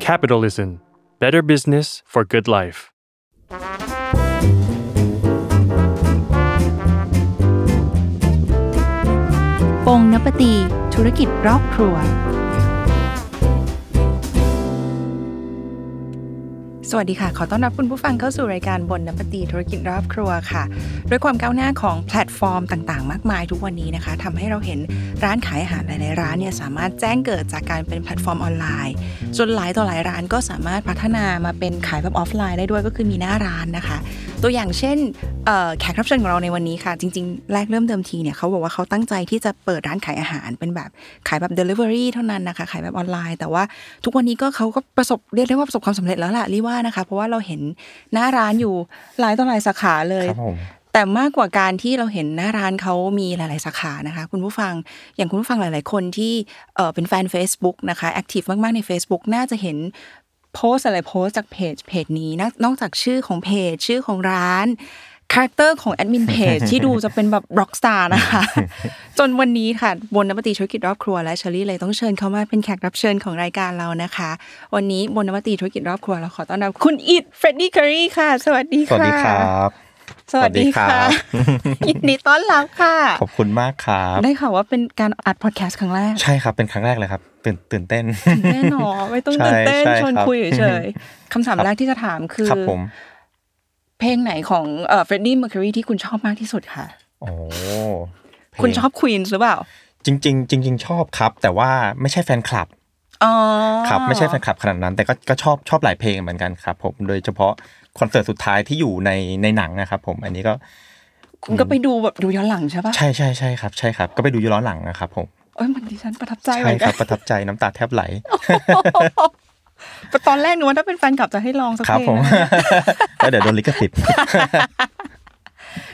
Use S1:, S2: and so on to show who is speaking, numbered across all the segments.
S1: Capitalism Better Business for Good Life.
S2: Pong ปงนปตี ธุรกิจรอบครัว
S3: สวัสดีค่ะ ขอต้อนรับคุณผู้ฟังเข้าสู่รายการบนน้ำปตีธุรกิจรอบครัวค่ะ ด้วยความก้าวหน้าของแพลตฟอร์มต่างๆ มากมายทุกวันนี้นะคะทำให้เราเห็นร้านขายอาหารหลายๆร้านเนี่ยสามารถแจ้งเกิดจากการเป็นแพลตฟอร์มออนไลน์จนหลายต่อหลายร้านก็สามารถพัฒนามาเป็นขายแบบออฟไลน์ได้ด้วยก็คือมีหน้าร้านนะคะ ตัวอย่างเช่นเอ่อแขกรับเชิญของเราในวันนี้ค่ะ จริง ๆ แรกเริ่มเดิมทีเนี่ยเขาบอกว่าเขาตั้งใจที่จะเปิดร้านขายอาหารเป็นแบบขายแบบ Delivery เท่านั้นนะคะ ขายแบบออนไลน์ แต่ว่าทุกวันนี้ก็เขาก็ประสบเรียกได้ว่าประสบความสำเร็จแล้วล่ะรีว่านะคะ เพราะว่าเราเห็นหน้าร้านอยู่หลายต่อหลายสาขาเลย
S4: ครับผม
S3: แต่มากกว่าการที่เราเห็นหน้าร้านเขามีหลาย ๆ สาขานะคะ คุณผู้ฟังอย่างคุณผู้ฟังหลาย ๆ คนที่เอ่อเป็นแฟน Facebook นะคะแอคทีฟมาก ๆ ใน Facebook น่าจะเห็นโพสต์อะไรโพสต์จากเพจเพจนี้นะนอกจากชื่อของเพจชื่อของร้านคาแรคเตอร์ของแอดมินเพจ ที่ดูจะเป็นแบบร็อกสตาร์ นะคะ จนวันนี้ค่ะ บนนวัตตีธุรกิจรอบครัวและเชอรี่เลยต้องเชิญเขามาเป็นแขกรับเชิญของรายการเรานะคะ วันนี้บนนวัตตีธุรกิจรอบครัวเราขอต้อนรับคุณอิดเฟรดดี้เคอรี่ค่ะ สวัสดี
S4: ส
S3: ค่ะ
S4: วัสดีครับ
S3: สวัสดีค่ะ
S4: สวัสด ี
S3: ยินดีต้อนรับค่ะ
S4: ขอบคุณมากครับ
S3: ได้ข่าวว่าเป็นการอัดพอดแคสต์ครั้งแรก
S4: ใช่ครับ เป็นครั้งแรกเลยครับ ตื่นตื่นเต้น
S3: แน่นอนไม่ต้องตื่นเต้น
S4: ใช่
S3: ชวน
S4: ครับ
S3: คุยเฉย ๆคำถาม
S4: ครับ
S3: แรกที่จะถามคือ
S4: ครับผม
S3: เพลงไหนของเอ่อเฟรดดี้เมอร์คิวรีที่คุณชอบมากที่สุดค่ะ
S4: โอ้เพลง
S3: คุณชอบควีนหรือเปล่า
S4: จริง ๆ จริง ๆ ชอบครับ แต่ว่าไม่ใช่แฟนคลับ
S3: อ๋อ
S4: ครับ ไม่ใช่แฟนคลับขนาดนั้น แต่ก็ก็ชอบชอบหลายเพลงเหมือนกันครับ ผม โดยเฉพาะคอนเสิร์ตสุดท้ายที่อยู่ในในหนังนะครับ ผม อันนี้ก็
S3: คุณก็ไปดูแบบดูย้อนหลังใช่ปะ
S4: ใช่ใช่ใช่ครับ ใช่ครับ ก็ไปดูย้อนหลังนะครับผม
S3: เอ้ยมันดิฉันประทับใจ
S4: ใช่
S3: เหมือน
S4: ค
S3: กั
S4: รั
S3: น
S4: บ ประทับใจน้ำตาแทบไหล
S3: แต่ตอนแรกนึกว่าถ้าเป็นแฟนคลับจะให้ลองสัก
S4: ครับ
S3: เพล
S4: ผ
S3: ง
S4: ม
S3: นะ
S4: แล้วเดี๋ยวโดนลิขสิทธิ์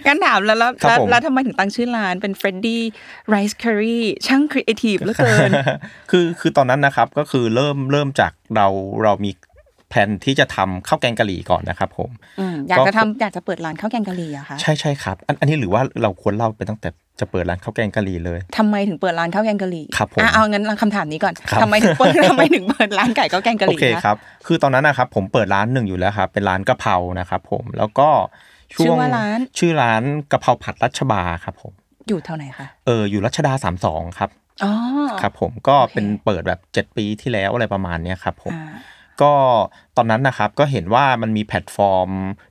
S3: งั้นถามแล้วแล้ว
S4: ครับ
S3: แล้ว
S4: ผม
S3: แล้วทำไมถึงตั้งชื่อร้านเป็นเฟรดดี้ไรซ์เคอรี่ช่างครีเอทีฟเหลือเกิน
S4: คือคือตอนนั้นนะครับก็คือเริ่มเริ่มจากเราเรามีแผนที่จะทำข้าวแกงกะหรี่ก่อนนะครับผม
S3: อืมอยาก
S4: ก็
S3: จะทำอยากจะเปิดร้านข้าวแกงกะหรี่อะคะ
S4: ใช่ใช่ครับอันอันนี้หรือว่าเราควรเล่าไปตั้งแต่จะเปิดร้านข้าวแกงกะหรี่เลย
S3: ทำไมถึงเปิดร้านข้าวแกงกะหรี่
S4: ครับผม
S3: อ่ะเอางั้นคำถามนี้ก่อน
S4: ครับ
S3: ทำไมถึงเปิด ทำไมถึงเปิดร้านไก่ข้าวแกงกะห
S4: โอ
S3: รี่
S4: เค
S3: คะ
S4: ครับคือตอนนั้นนะครับผมเปิดร้านหนึ่งอยู่แล้วครับเป็นร้านกะเพรานะครับผมแล้วก็
S3: ชื่
S4: ช่
S3: อ
S4: วง
S3: ว่าร้าน
S4: ชื่อร้านกะเพราผัดรัชบาครับผม
S3: อยู่แถวไหนคะ
S4: เอออยู่รัชดาสามสองครับ
S3: อ๋อ
S4: ครับผมก็
S3: โอเค
S4: เป็นเปิดแบบ 7 ปีที่แล้วอะไรประมาณเนี้ยครับผม
S3: อ่า
S4: ก็ตอนนั้นนะครับก็เห็นว่ามันมีแพลตฟอร์ม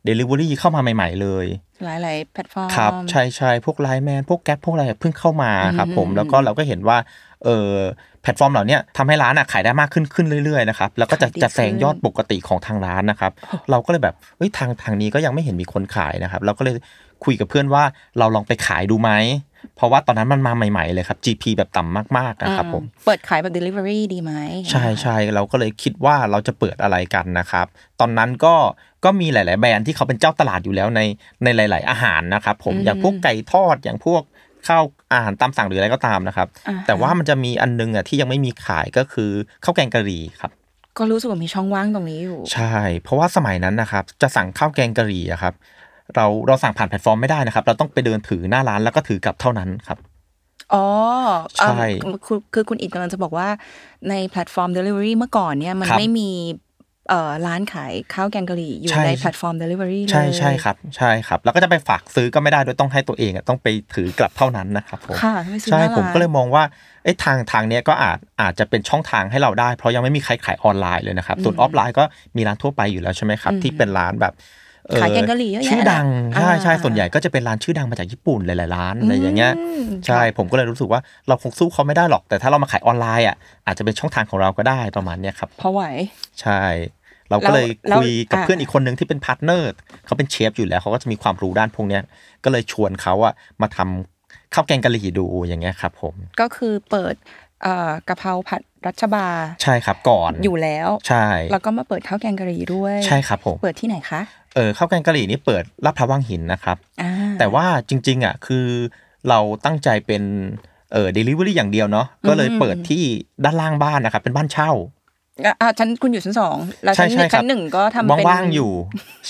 S4: Delivery เข้ามาใหม่ ๆ เลย
S3: หลายหลายๆแพลตฟอร์ม
S4: ครับใช่ใช่พวกไลน์แมนพวกแก๊ปพวกอะไรเพิ่งเข้ามาครับผม
S3: อืม
S4: แล้วก็เราก็เห็นว่าเออแพลตฟอร์มเหล่าเนี้ยทำให้ร้านอะขายได้มากขึ้นขึ้นเรื่อยๆนะครับแล้วก็จะจะแซงยอดปกติของทางร้านนะครับ เราก็เลยแบบเอ้ยทางทางนี้ก็ยังไม่เห็นมีคนขายนะครับ เราก็เลยคุยกับเพื่อนว่าเราลองไปขายดูไหมเพราะว่าตอนนั้นมันมาใหม่ ๆเลยครับ GP แบบต่ำมากๆ
S3: อ่า
S4: นะครับผม
S3: เปิดขายแบบ Delivery ดีไหม
S4: ใช่ใช่เราก็เลยคิดว่าเราจะเปิดอะไรกันนะครับ ตอนนั้นก็ก็มีหลาย ๆ แบรนด์ที่เขาเป็นเจ้าตลาดอยู่แล้วในในหลาย ๆ อาหารนะครับผมอย่างพวกไก่ทอดอย่างพวกข้าวอาหารตามสั่งหรืออะไรก็ตามนะครับ
S3: อ่ฮะ
S4: แต่ว่ามันจะมีอันนึงอ่ะที่ยังไม่มีขายก็คือข้าวแกงกะหรี่ครับ
S3: ก็รู้สึกว่ามีช่องว่างตรงนี้อยู่
S4: ใช่ เพราะว่าสมัยนั้นนะครับ จะสั่งข้าวแกงกะหรี่อะครับ เราเราสั่งผ่านแพลตฟอร์มไม่ได้นะครับ เราต้องไปเดินถือหน้าร้านแล้วก็ถือกลับเท่านั้นครับ
S3: อ๋อเอิ่ม
S4: ใช่
S3: คือคือคุณอิดกำลังจะบอกว่าในแพลตฟอร์ม Delivery เมื่อก่อนเนี่ยมัน
S4: ครับ
S3: ไม่มีเอ่อร้านขายข้าวแกงกะหรี่อยู่
S4: ใช่
S3: ในแพลตฟอร์ม Delivery เลย
S4: ใช่ใช่ครับใช่ครับ แล้วก็จะไปฝากซื้อก็ไม่ได้ด้วยต้องให้ตัวเองอะต้องไปถือกลับเท่านั้นนะครับผม
S3: ค่ะไม่ซื้อห
S4: ใช่
S3: น้าร้าน
S4: ผมก็เลยมองว่าเอ้ยทางทางเนี้ยก็อาจอาจจะเป็นช่องทางให้เราได้ เพราะยังไม่มีใครขายออนไลน์เลยนะครับส่วน
S3: อื
S4: อ
S3: ม
S4: อฟไลน์ก็มีร้านทั่วไปอยู่แล้วใช่ไหมครับ
S3: อืม
S4: ที่เป็นร้านแบบเอ่อ
S3: ขายแกงกะหรี่เยอะแยะ
S4: ชื่อดัง
S3: อ่า
S4: ใช่ใช่
S3: อ่า
S4: ส่วนใหญ่ก็จะเป็นร้านชื่อดังมาจากญี่ปุ่นหลายๆร้านอะไรอย่างเงี้ย
S3: อืม
S4: ใช่ผมก็เลยรู้สึกว่าเราคงสู้เขาไม่ได้หรอกแต่ถ้าเรามาขายออนไลน์อ่ะอาจจะเป็นช่องทางของเราก็ได้ประมาณเนี้ยครับ
S3: พอไหว
S4: ใช่ เราก็เลย
S3: แล้ว
S4: คุยกับ
S3: อ่า
S4: เพื่อนอีกคนนึงที่เป็นพาร์ทเนอร์เขาเป็นเชฟอยู่แล้วเขาก็จะมีความรู้ด้านพวกเนี้ยก็เลยชวนเขาอะมาทำข้าวแกงกะหรี่ดูอย่างเงี้ยครับผม
S3: ก็คือเปิดเอ่อกะเพราผัดรัชบา
S4: ใช่ครับก่อน
S3: อยู่แล้ว
S4: ใช่
S3: แล้วก็มาเปิดข้าวแกงกะหรี่ด้วย
S4: ใช่ครับผม
S3: เปิดที่ไหนคะ
S4: เออข้าวแกงกะหรี่นี่เปิดลาดพร้าววังหินนะครับ
S3: อ่า
S4: แต่ว่าจริงๆอ่ะคือเราตั้งใจเป็นเออเดลิเวอรี่อย่างเดียวเนาะก็เลยเปิดที่ด้านล่างบ้านนะครับเป็นบ้านเช่า
S3: อ่ะอ่ะชั้นคุณอยู่ชั้นสองแล้ว
S4: ใช่
S3: ชั้นหนึ่ง
S4: ใช่ครับ
S3: ชั้นหนึ่งก็ทำเป็น
S4: ว่างๆอยู่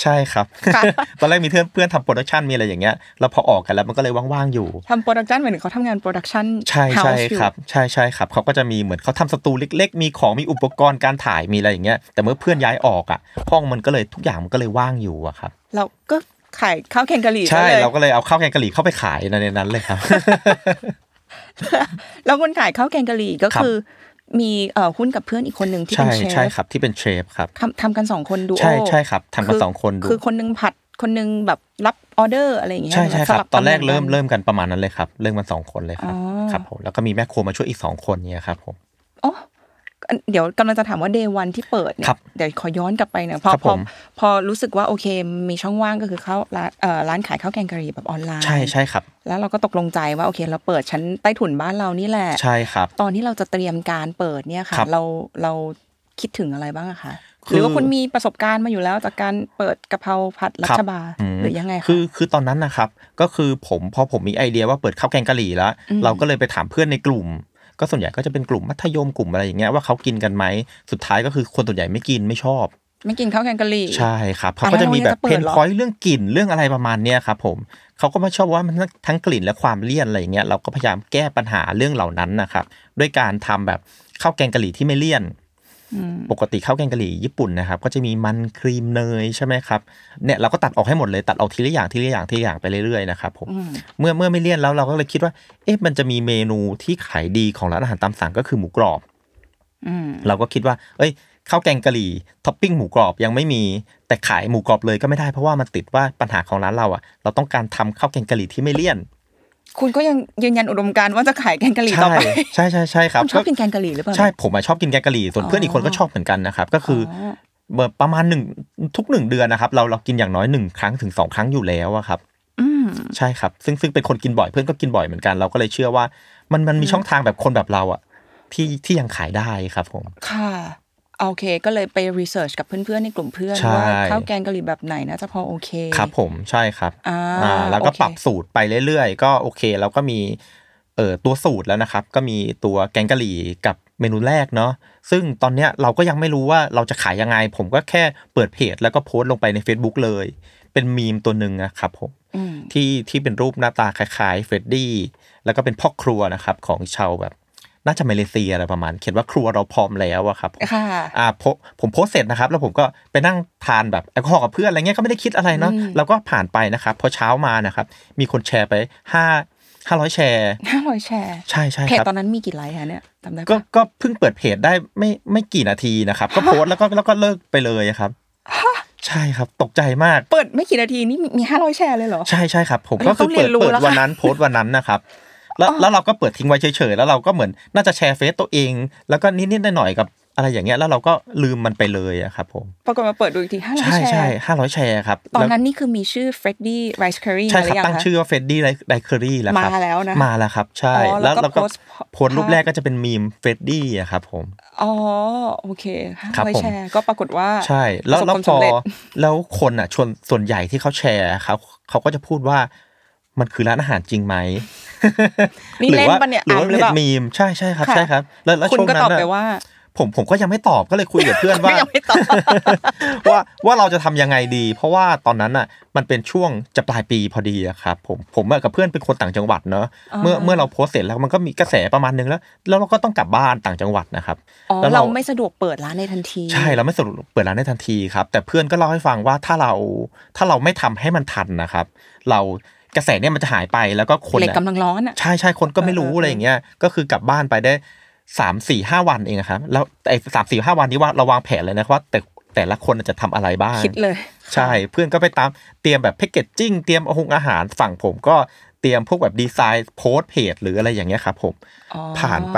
S4: ใช่ ครับ
S3: ค่ะ
S4: ตอนแรกมีเพื่อนเพื่อนทำโปรดักชันมีอะไรอย่างเงี้ยแล้วพอออกกันแล้วมันก็เลยว่างๆอยู่
S3: ทำโปรดักชันเหมือนเขาทำงานโปรดักชัน
S4: ใช่
S3: house
S4: ใช่
S3: อยู่
S4: ครับใช่ใช่ครับเขาก็จะมีเหมือนเขาทำสตูเล็ก ๆ มีของมีอุปกรณ์การถ่ายมีอะไรอย่างเงี้ยแต่เมื่อเพื่อนย้ายออกอ่ะห้องมันก็เลยทุกอย่างมันก็เลยว่างอยู่อะครับ
S3: เราก็ขายข้าวแกงกะหรี่
S4: ใช่
S3: ซะลย
S4: เราก็เลยเอาข้าวแกงกะหรี่เข้าไปขายในนั้นเลย ครับ
S3: แล้วคนขายข้าวแกงกะหรี่ก็
S4: ครับ
S3: คือ มีเอ่อหุ้นกับเพื่อนอีกคนหนึ่งที่
S4: ใช่
S3: เป็นเช
S4: ใช่
S3: ฟ
S4: ครับที่เป็นเชฟครับ
S3: ทำทำกันสองคนดูโอ
S4: ใช่ใช่ครับทำกัน
S3: อ
S4: สองคนดู
S3: คือคนหนึงผัดคนหนึงแบบรับออเดอร์อะไรอย่างเงี้ย
S4: ใช่ใช่
S3: ส
S4: ครับ
S3: ลั
S4: ตอนแรก
S3: ตำแหง
S4: เริ่ม
S3: กั
S4: เริ่มกันประมาณนั้นเลยครับ เริ่มกันสองคนเลยครับ
S3: อ๋อ
S4: ครับผมแล้วก็มีแม่ครัวมาช่วยอีกสองคนเนี่ยครับผม
S3: อ๋ออันเดี๋ยวกำลังจะถามว่าเดวันที่เปิดเนี่
S4: ครั
S3: ย
S4: บ
S3: เดี๋ยวขอย้อนกลับไปนะพอ
S4: ครับ
S3: พอ
S4: ผม
S3: พอรู้สึกว่าโอเคมีช่องว่างก็คือเข้าร้านเอ่อร้านขายข้าวแกงกะหรี่แบบออนไลน์
S4: ใช่ใช่ครับ
S3: แล้วเราก็ตกลงใจว่าโอเค เราเปิดชั้นใต้ถุนบ้านเรานี่แหละ
S4: ใช่ครับ
S3: ตอนที่เราจะเตรียมการเปิดเนี่ยค่ะ
S4: ครับ
S3: เราเราคิดถึงอะไรบ้างอะคะ
S4: คือ
S3: หรือว่าคุณมีประสบการณ์มาอยู่แล้วจากการเปิดกะเพราผัดรั
S4: ครั
S3: ช
S4: บ
S3: บา
S4: อืม
S3: หรือยังไงคะ
S4: คือคือตอนนั้นนะครับ ก็คือผมพอผมมีไอเดียว่าเปิดข้าวแกงกะหรี่แล้ว
S3: อืม
S4: เราก็เลยไปถามเพื่อนในกลุ่ม ก็ส่วนใหญ่ก็จะเป็นกลุ่มมัธยมกลุ่มอะไรอย่างเงี้ยว่าเขากินกันไหมสุดท้ายก็คือคนส่วนใหญ่ไม่กินไม่ชอบ
S3: ไม่กินข้าวแกงกะหรี่
S4: ใช่ครับเขา
S3: อ่ะ
S4: ก็จะมีแบ
S3: แล้
S4: บ
S3: วโรง
S4: เพ
S3: เรียนจะเปิด
S4: น
S3: เหรอ
S4: พอยเรื่องกลิ่นเรื่องอะไรประมาณเนี้ยครับผมเขาก็ไม่ชอบว่ามันทั้งกลิ่นและความเลี่ยนอะไรอย่างเงี้ยเราก็พยายามแก้ปัญหาเรื่องเหล่านั้นนะครับด้วยการทำแบบข้าวแกงกะหรี่ที่ไม่เลี่ยน
S3: อืม
S4: ปกติข้าวแกงกะหรี่ญี่ปุ่นนะครับก็จะมีมันครีมเนยใช่ไหมครับเนี่ยเราก็ตัดออกให้หมดเลยตัดออกทีละอย่างทีละอย่างทีละอย่างไปเรื่อยๆนะครับผม
S3: อืม
S4: เมื่อเมื่อไม่เลี่ยนแล้วเราก็เลยคิดว่าเอ๊ะมันจะมีเมนูที่ขายดีของร้านอาหารตามสั่งก็คือหมูกรอบ
S3: อืม
S4: เราก็คิดว่า เอ้ย ข้าวแกงกะหรี่ท็อปปิ้งหมูกรอบยังไม่มี แต่ขายหมูกรอบเลยก็ไม่ได้เพราะว่ามันติดว่าปัญหาของร้านเราอ่ะ เราต้องการทำข้าวแกงกะหรี่ที่ไม่เลี่ยน
S3: คุณก็ยังยืนยันอุดมการณ์ว่าจะขายแกงกะหรี่ต่อ
S4: ใช่
S3: ไป
S4: ใช่ใช่ใช่ครับ
S3: คุณชอบกินแกงกะหรี่หรือเปล่า
S4: ใช่ ผมอะชอบกินแกงกะหรี่ ส่วนเพื่อนอีกคนก็ชอบเหมือนกันนะครับ ก็คืออ
S3: อ
S4: แบบประมาณหนึ่งทุกหนึ่งเดือนนะครับ เราเรากินอย่างน้อยหนึ่งครั้งถึงสองครั้งอยู่แล้วอะครับ
S3: อืม
S4: ใช่ครับ ซึ่งซึ่งเป็นคนกินบ่อยเพื่อนก็กินบ่อยเหมือนกัน เราก็เลยเชื่อว่า มันมันมีช่องทางแบบคนแบบเราอ่ะ ที่ที่ยังขายได้ครับผม
S3: ค่ะโอเค ก็เลยไปรีเสิร์ชกับเพื่อนๆในกลุ่มเพื่อน
S4: ใช่
S3: ว่าข้าวแกงกะหรี่แบบไหนน่าจะพอโอเค
S4: ครับผมใช่ครับ
S3: อ่า
S4: อ่าแล้วก็
S3: โอเค
S4: ปรับสูตรไปเรื่อยๆ ก็โอเคเราก็มีเอ่อตัวสูตรแล้วนะครับ ก็มีตัวแกงกะหรี่กับเมนูแรกเนาะซึ่งตอนเนี้ยเราก็ยังไม่รู้ว่าเราจะขายยังไง ผมก็แค่เปิดเพจแล้วก็โพสต์ลงไปใน Facebook เลย เป็นมีมตัวหนึ่งนะครับผม
S3: อืม
S4: ที่ที่เป็นรูปหน้าตาคล้ายๆเฟรดดี้แล้วก็เป็นพ่อครัวนะครับของชาวแบบน่าจะมาเลเซียอะไรประมาณ เขียนว่าครัวเราพร้อมแล้วอะครับผม
S3: ค่ะ
S4: อ่าโพผมโพสเสร็จนะครับ แล้วผมก็ไปนั่งทานแบบแอลกอฮอล์กับเพื่อนอะไรเงี้ยก็ไม่ได้คิดอะไรเนาะ
S3: อืม
S4: เราก็ผ่านไปนะครับพอเช้ามานะครับมีคนแชร์ไปห้าห้าร้อยแชร์
S3: ห้าร้อยแชร์
S4: ใช่ใช่
S3: เพจ
S4: ครับ
S3: ตอนนั้นมีกี่ไลค์คะเนี่ยจำได้ปะ
S4: ก็ก็เพิ่งเปิดเพจได้ไม่ไม่กี่นาทีนะครับ ก็โพสต์แล้วก็แล้วก็เลิกไปเลยครับ ใช่ครับตกใจมาก
S3: เปิดไม่กี่นาทีนี่มีมีห้าร้อยแชร์เลยเหรอ
S4: ใช่ใช่ครับ ผม
S3: อันนี้
S4: ก็คือ
S3: ต้องเรี
S4: เปิ
S3: ย
S4: ด
S3: นรู้
S4: เปิด
S3: แล้วค่ะ
S4: วันนั้นโพสต์วันนั้นนะครับ แล้ว
S3: อ๋อ
S4: แล้วเราก็เปิดทิ้งไว้เฉยๆแล้วเราก็เหมือนน่าจะแชร์เฟซตัวเอง แล้วก็นิดๆหน่อยๆกับอะไรอย่างเงี้ยแล้วเราก็ลืมมันไปเลยอะครับผม
S3: ปรากฏมาเปิดดูอีกทีห้าร้อย
S4: ใช่
S3: แช
S4: ใช่
S3: ร์
S4: ห้าร้อยแชร์ครับ
S3: ตอน
S4: แล้ว
S3: นั้นนี่คือมีชื่อเฟรดดี้ไรซ์เคอรี่
S4: ใช่
S3: มาห
S4: ค
S3: รื
S4: รับ
S3: อยัง
S4: ตั้ง
S3: คะ
S4: ชื่อว่าเฟดดี้ไดเคอรี่แล้วครับ
S3: มาแล้วนะ
S4: มาแล้วครับ ใช่
S3: อ๋อแล้วก็
S4: เราก็
S3: โพสต์
S4: โพสต์รูป
S3: ภาพ
S4: แรกก็จะเป็นมีมเฟดดี้อะครับผม
S3: อ๋อโอเคห้า
S4: ครับ
S3: ร้อย
S4: ผม
S3: แชร์ก็ปรากฏว่า
S4: ใช่แล้ว
S3: ประสบ
S4: แล้
S3: คาม
S4: วพอ
S3: สำเร็จ
S4: แล้วคนอ่ะชวนส่วนใหญ่ที่เขาแชร์ครับเขาก็จะพูดว่ามันคือร้านอาหหารจริงไหม
S3: นี่เล่น
S4: ว่า
S3: ปะเนี่ย
S4: หรือ
S3: อ่าน
S4: ว่า
S3: หรือเปล่า
S4: มีมใช่ใช่ครับ
S3: ค่ะ
S4: ใช่ครับ แล้วแล้ว
S3: คุณ
S4: ช่วง
S3: ก็
S4: นั้
S3: ตอบ
S4: น
S3: ไป
S4: อะ
S3: ว่า
S4: ผมผมก็ยังไม่ตอบก็เลยคุยกับเพื่อน
S3: ไม่
S4: ว่า
S3: ยังไม่ตอบ
S4: ว่าว่าเราจะทำยังไงดี เพราะว่าตอนนั้นอ่ะมันเป็นช่วงจะปลายปีพอดีอะครับผมผมอะกับเพื่อนเป็นคนต่างจังหวัดเนอะ
S3: อ่า
S4: เมื่อเมื่อเราโพสต์เสร็จแล้วมันก็มีกระแสประมาณนึงแล้ว แล้วเราก็ต้องกลับบ้านต่างจังหวัดนะครับ
S3: อ๋อ
S4: แล้วเรา
S3: เราไม่สะดวกเปิดร้านในทันที
S4: ใช่เราไม่สรุปเปิดร้านได้ทันทีครับ แต่เพื่อนก็เล่าให้ฟังว่าถ้าเราถ้าเราไม่ทำให้มันทันนะครับ เรากระแสเนี่ยมันจะหายไปแล้วก็คน
S3: เหล็ก
S4: อะ
S3: กำลังร้อนอ่ะ
S4: ใช่ใช่คนก็ไม่
S3: เอ
S4: รู้
S3: อเออ
S4: อะไรอย่างเงี้ยก็คือกลับบ้านไปได้สามสี่ห้าวันเองอะครับแล้วไอ้สามสี่ห้าวันนี้ว่าเราวางแผนเลยนะว่า แต่แต่ละคนจะทำอะไรบ้าง
S3: คิดเลย
S4: ใช่เพื่อนก็ไปตามเตรียมแบบแพคเกจจิ้งเตรียมอาหงอาหารฝั่งผมก็เตรียมพวกแบบดีไซน์โพสต์เพจหรืออะไรอย่างเงี้ยครับผม
S3: อ๋อ
S4: ผ่านไป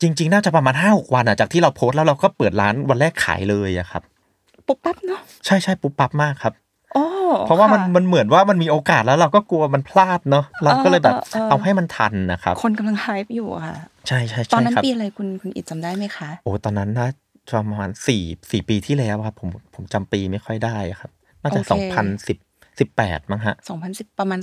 S4: จริง ๆ น่าจะประมาณห้าหกวันอะจากที่เราโพสต์แล้วเราก็เปิดร้านวันแรกขายเลยอะครับ
S3: ปุ๊บปั๊บเนาะ
S4: ใช่ใช่ปุ๊บปั๊บมากครับ
S3: โอ้
S4: เพราะว่ามัน
S3: ค่
S4: มันเหมือนว่ามันมีโอกาสแล้วเราก็กลัวมันพลาดเนาะเราก็เลยแบบ
S3: เออเออเออ
S4: เอาให้มันทันนะครับ
S3: คนกำลังไฮป์อยู่อะค่ะ
S4: ใช่ใช่
S3: ตอ
S4: ใช่
S3: นนั้น
S4: ครับ
S3: ปีอะไรคุณคุณอิดจำได้ไหมคะ
S4: โอ้ตอนนั้นน่าจะประมาณสี่สี่ปีที่แล้วครับผมผมจำปีไม่ค่อยได้ครับน่าจะ
S3: โอเค
S4: สองพันสิบสิบแปดมั้งฮะ
S3: 2010 ประมาณ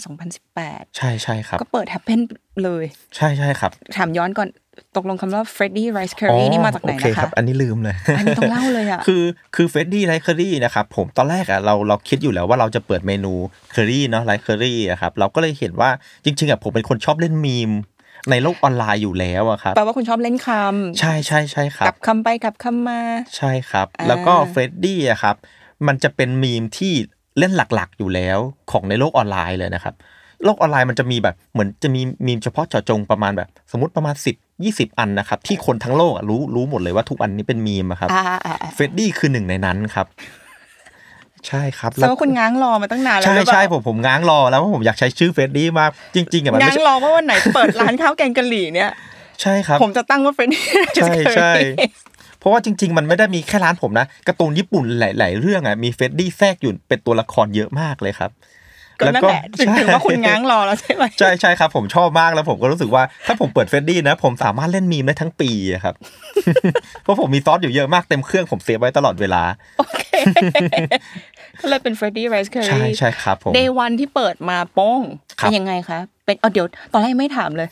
S3: 2018
S4: ใช่ใช่ครับ
S3: ก็เปิดแฮปเ e นเลย
S4: ใช่ใช่ครับ
S3: ถามย้อนก่อน ตกลงคำว่า Freddy Rice Curry นี่มาจากไหน
S4: โอเค
S3: นะ
S4: ครั
S3: คะ
S4: บ อันนี้ลืมเลย
S3: อันนี้ต้องเล่าเลยอ่ะ
S4: คือคือเฟรดดี้ไรเคอรี่นะครับผมตอนแรกอ่ะเราเราคิดอยู่แล้วว่าเราจะเปิดเมนูเคอรี่เนาะไรเคอรี่อะครับเราก็เลยเห็นว่าจริงๆอ่ะผมเป็นคนชอบเล่นมีม ในโลกออนไลน์อยู่แล้วอะครับ
S3: แปลว่าคุณชอบเล่นคำ
S4: ใช่ใช่ใช่ค
S3: ก
S4: รั
S3: ลั
S4: บ
S3: บคำไปกลับคำมา
S4: ใช่ครับ
S3: อ่า
S4: แล้วก็เฟรดดี้อะครับมันจะเป็นมีมที่เล่นหลักๆอยู่แล้วของในโลกออนไลน์เลยนะครับ โลกออนไลน์มันจะมีแบบเหมือนจะมีมีมเฉพาะเจาะจงประมาณแบบ สมมติประมาณ 10 20 อันนะครับที่คนทั้งโลกอะรู้รู้หมดเลยว่าทุกอันนี้เป็นมีมอะครับ
S3: อ่าอ่าอ่า
S4: เฟรดดี้คือหนึ่งในนั้นครับ ใช่ครับ
S3: แสดงว่าคุณง้างรอมาตั้งนานแล้ว
S4: ใช่
S3: หรือเปล่า
S4: ใช่ผมผมง้างรอแล้วว่าผมอยากใช้ชื่อเฟรดดี้มากจริงๆอะมันไม่
S3: ง้าง
S4: ใช่
S3: รอว่าวันไหนเปิดร้านข้าวแกงกะหรี่เนี่ย
S4: ใช่ครับ
S3: ผมจะตั้งว่า Freddy Rice
S4: ใช่
S3: Curry
S4: ใช่ เพราะว่าจริง ๆ มันไม่ได้มีแค่ร้านผมนะการ์ตูนญี่ปุ่นหลาย ๆ เรื่องอะมีเฟรดดี้แทรกอยู่เป็นตัวละครเยอะมากเลยครับ
S3: ก็นั่นแหละถึง
S4: ใช่
S3: ถึงว่าคุณง้างรอแล้วใช่ไหม
S4: ใช่ใช่ครับผมชอบมากแล้วผมก็รู้สึกว่าถ้าผมเปิดเฟรดดี้นะ ผมสามารถเล่นมีมได้ทั้งปีอะครับ เพราะผมมีซอสอยู่เยอะมากเต็มเครื่องผมเซฟไว้ตลอดเวลา
S3: โอเคก็เลยเป็น Freddy Rice
S4: ใช่
S3: Curry
S4: ใช่ครับผม
S3: เดย์วันที่เปิดมาโป้ง
S4: ครับ
S3: เป็นยังไงคะเป็นเอาเดี๋ยวตอนแรกไม่ถามเลย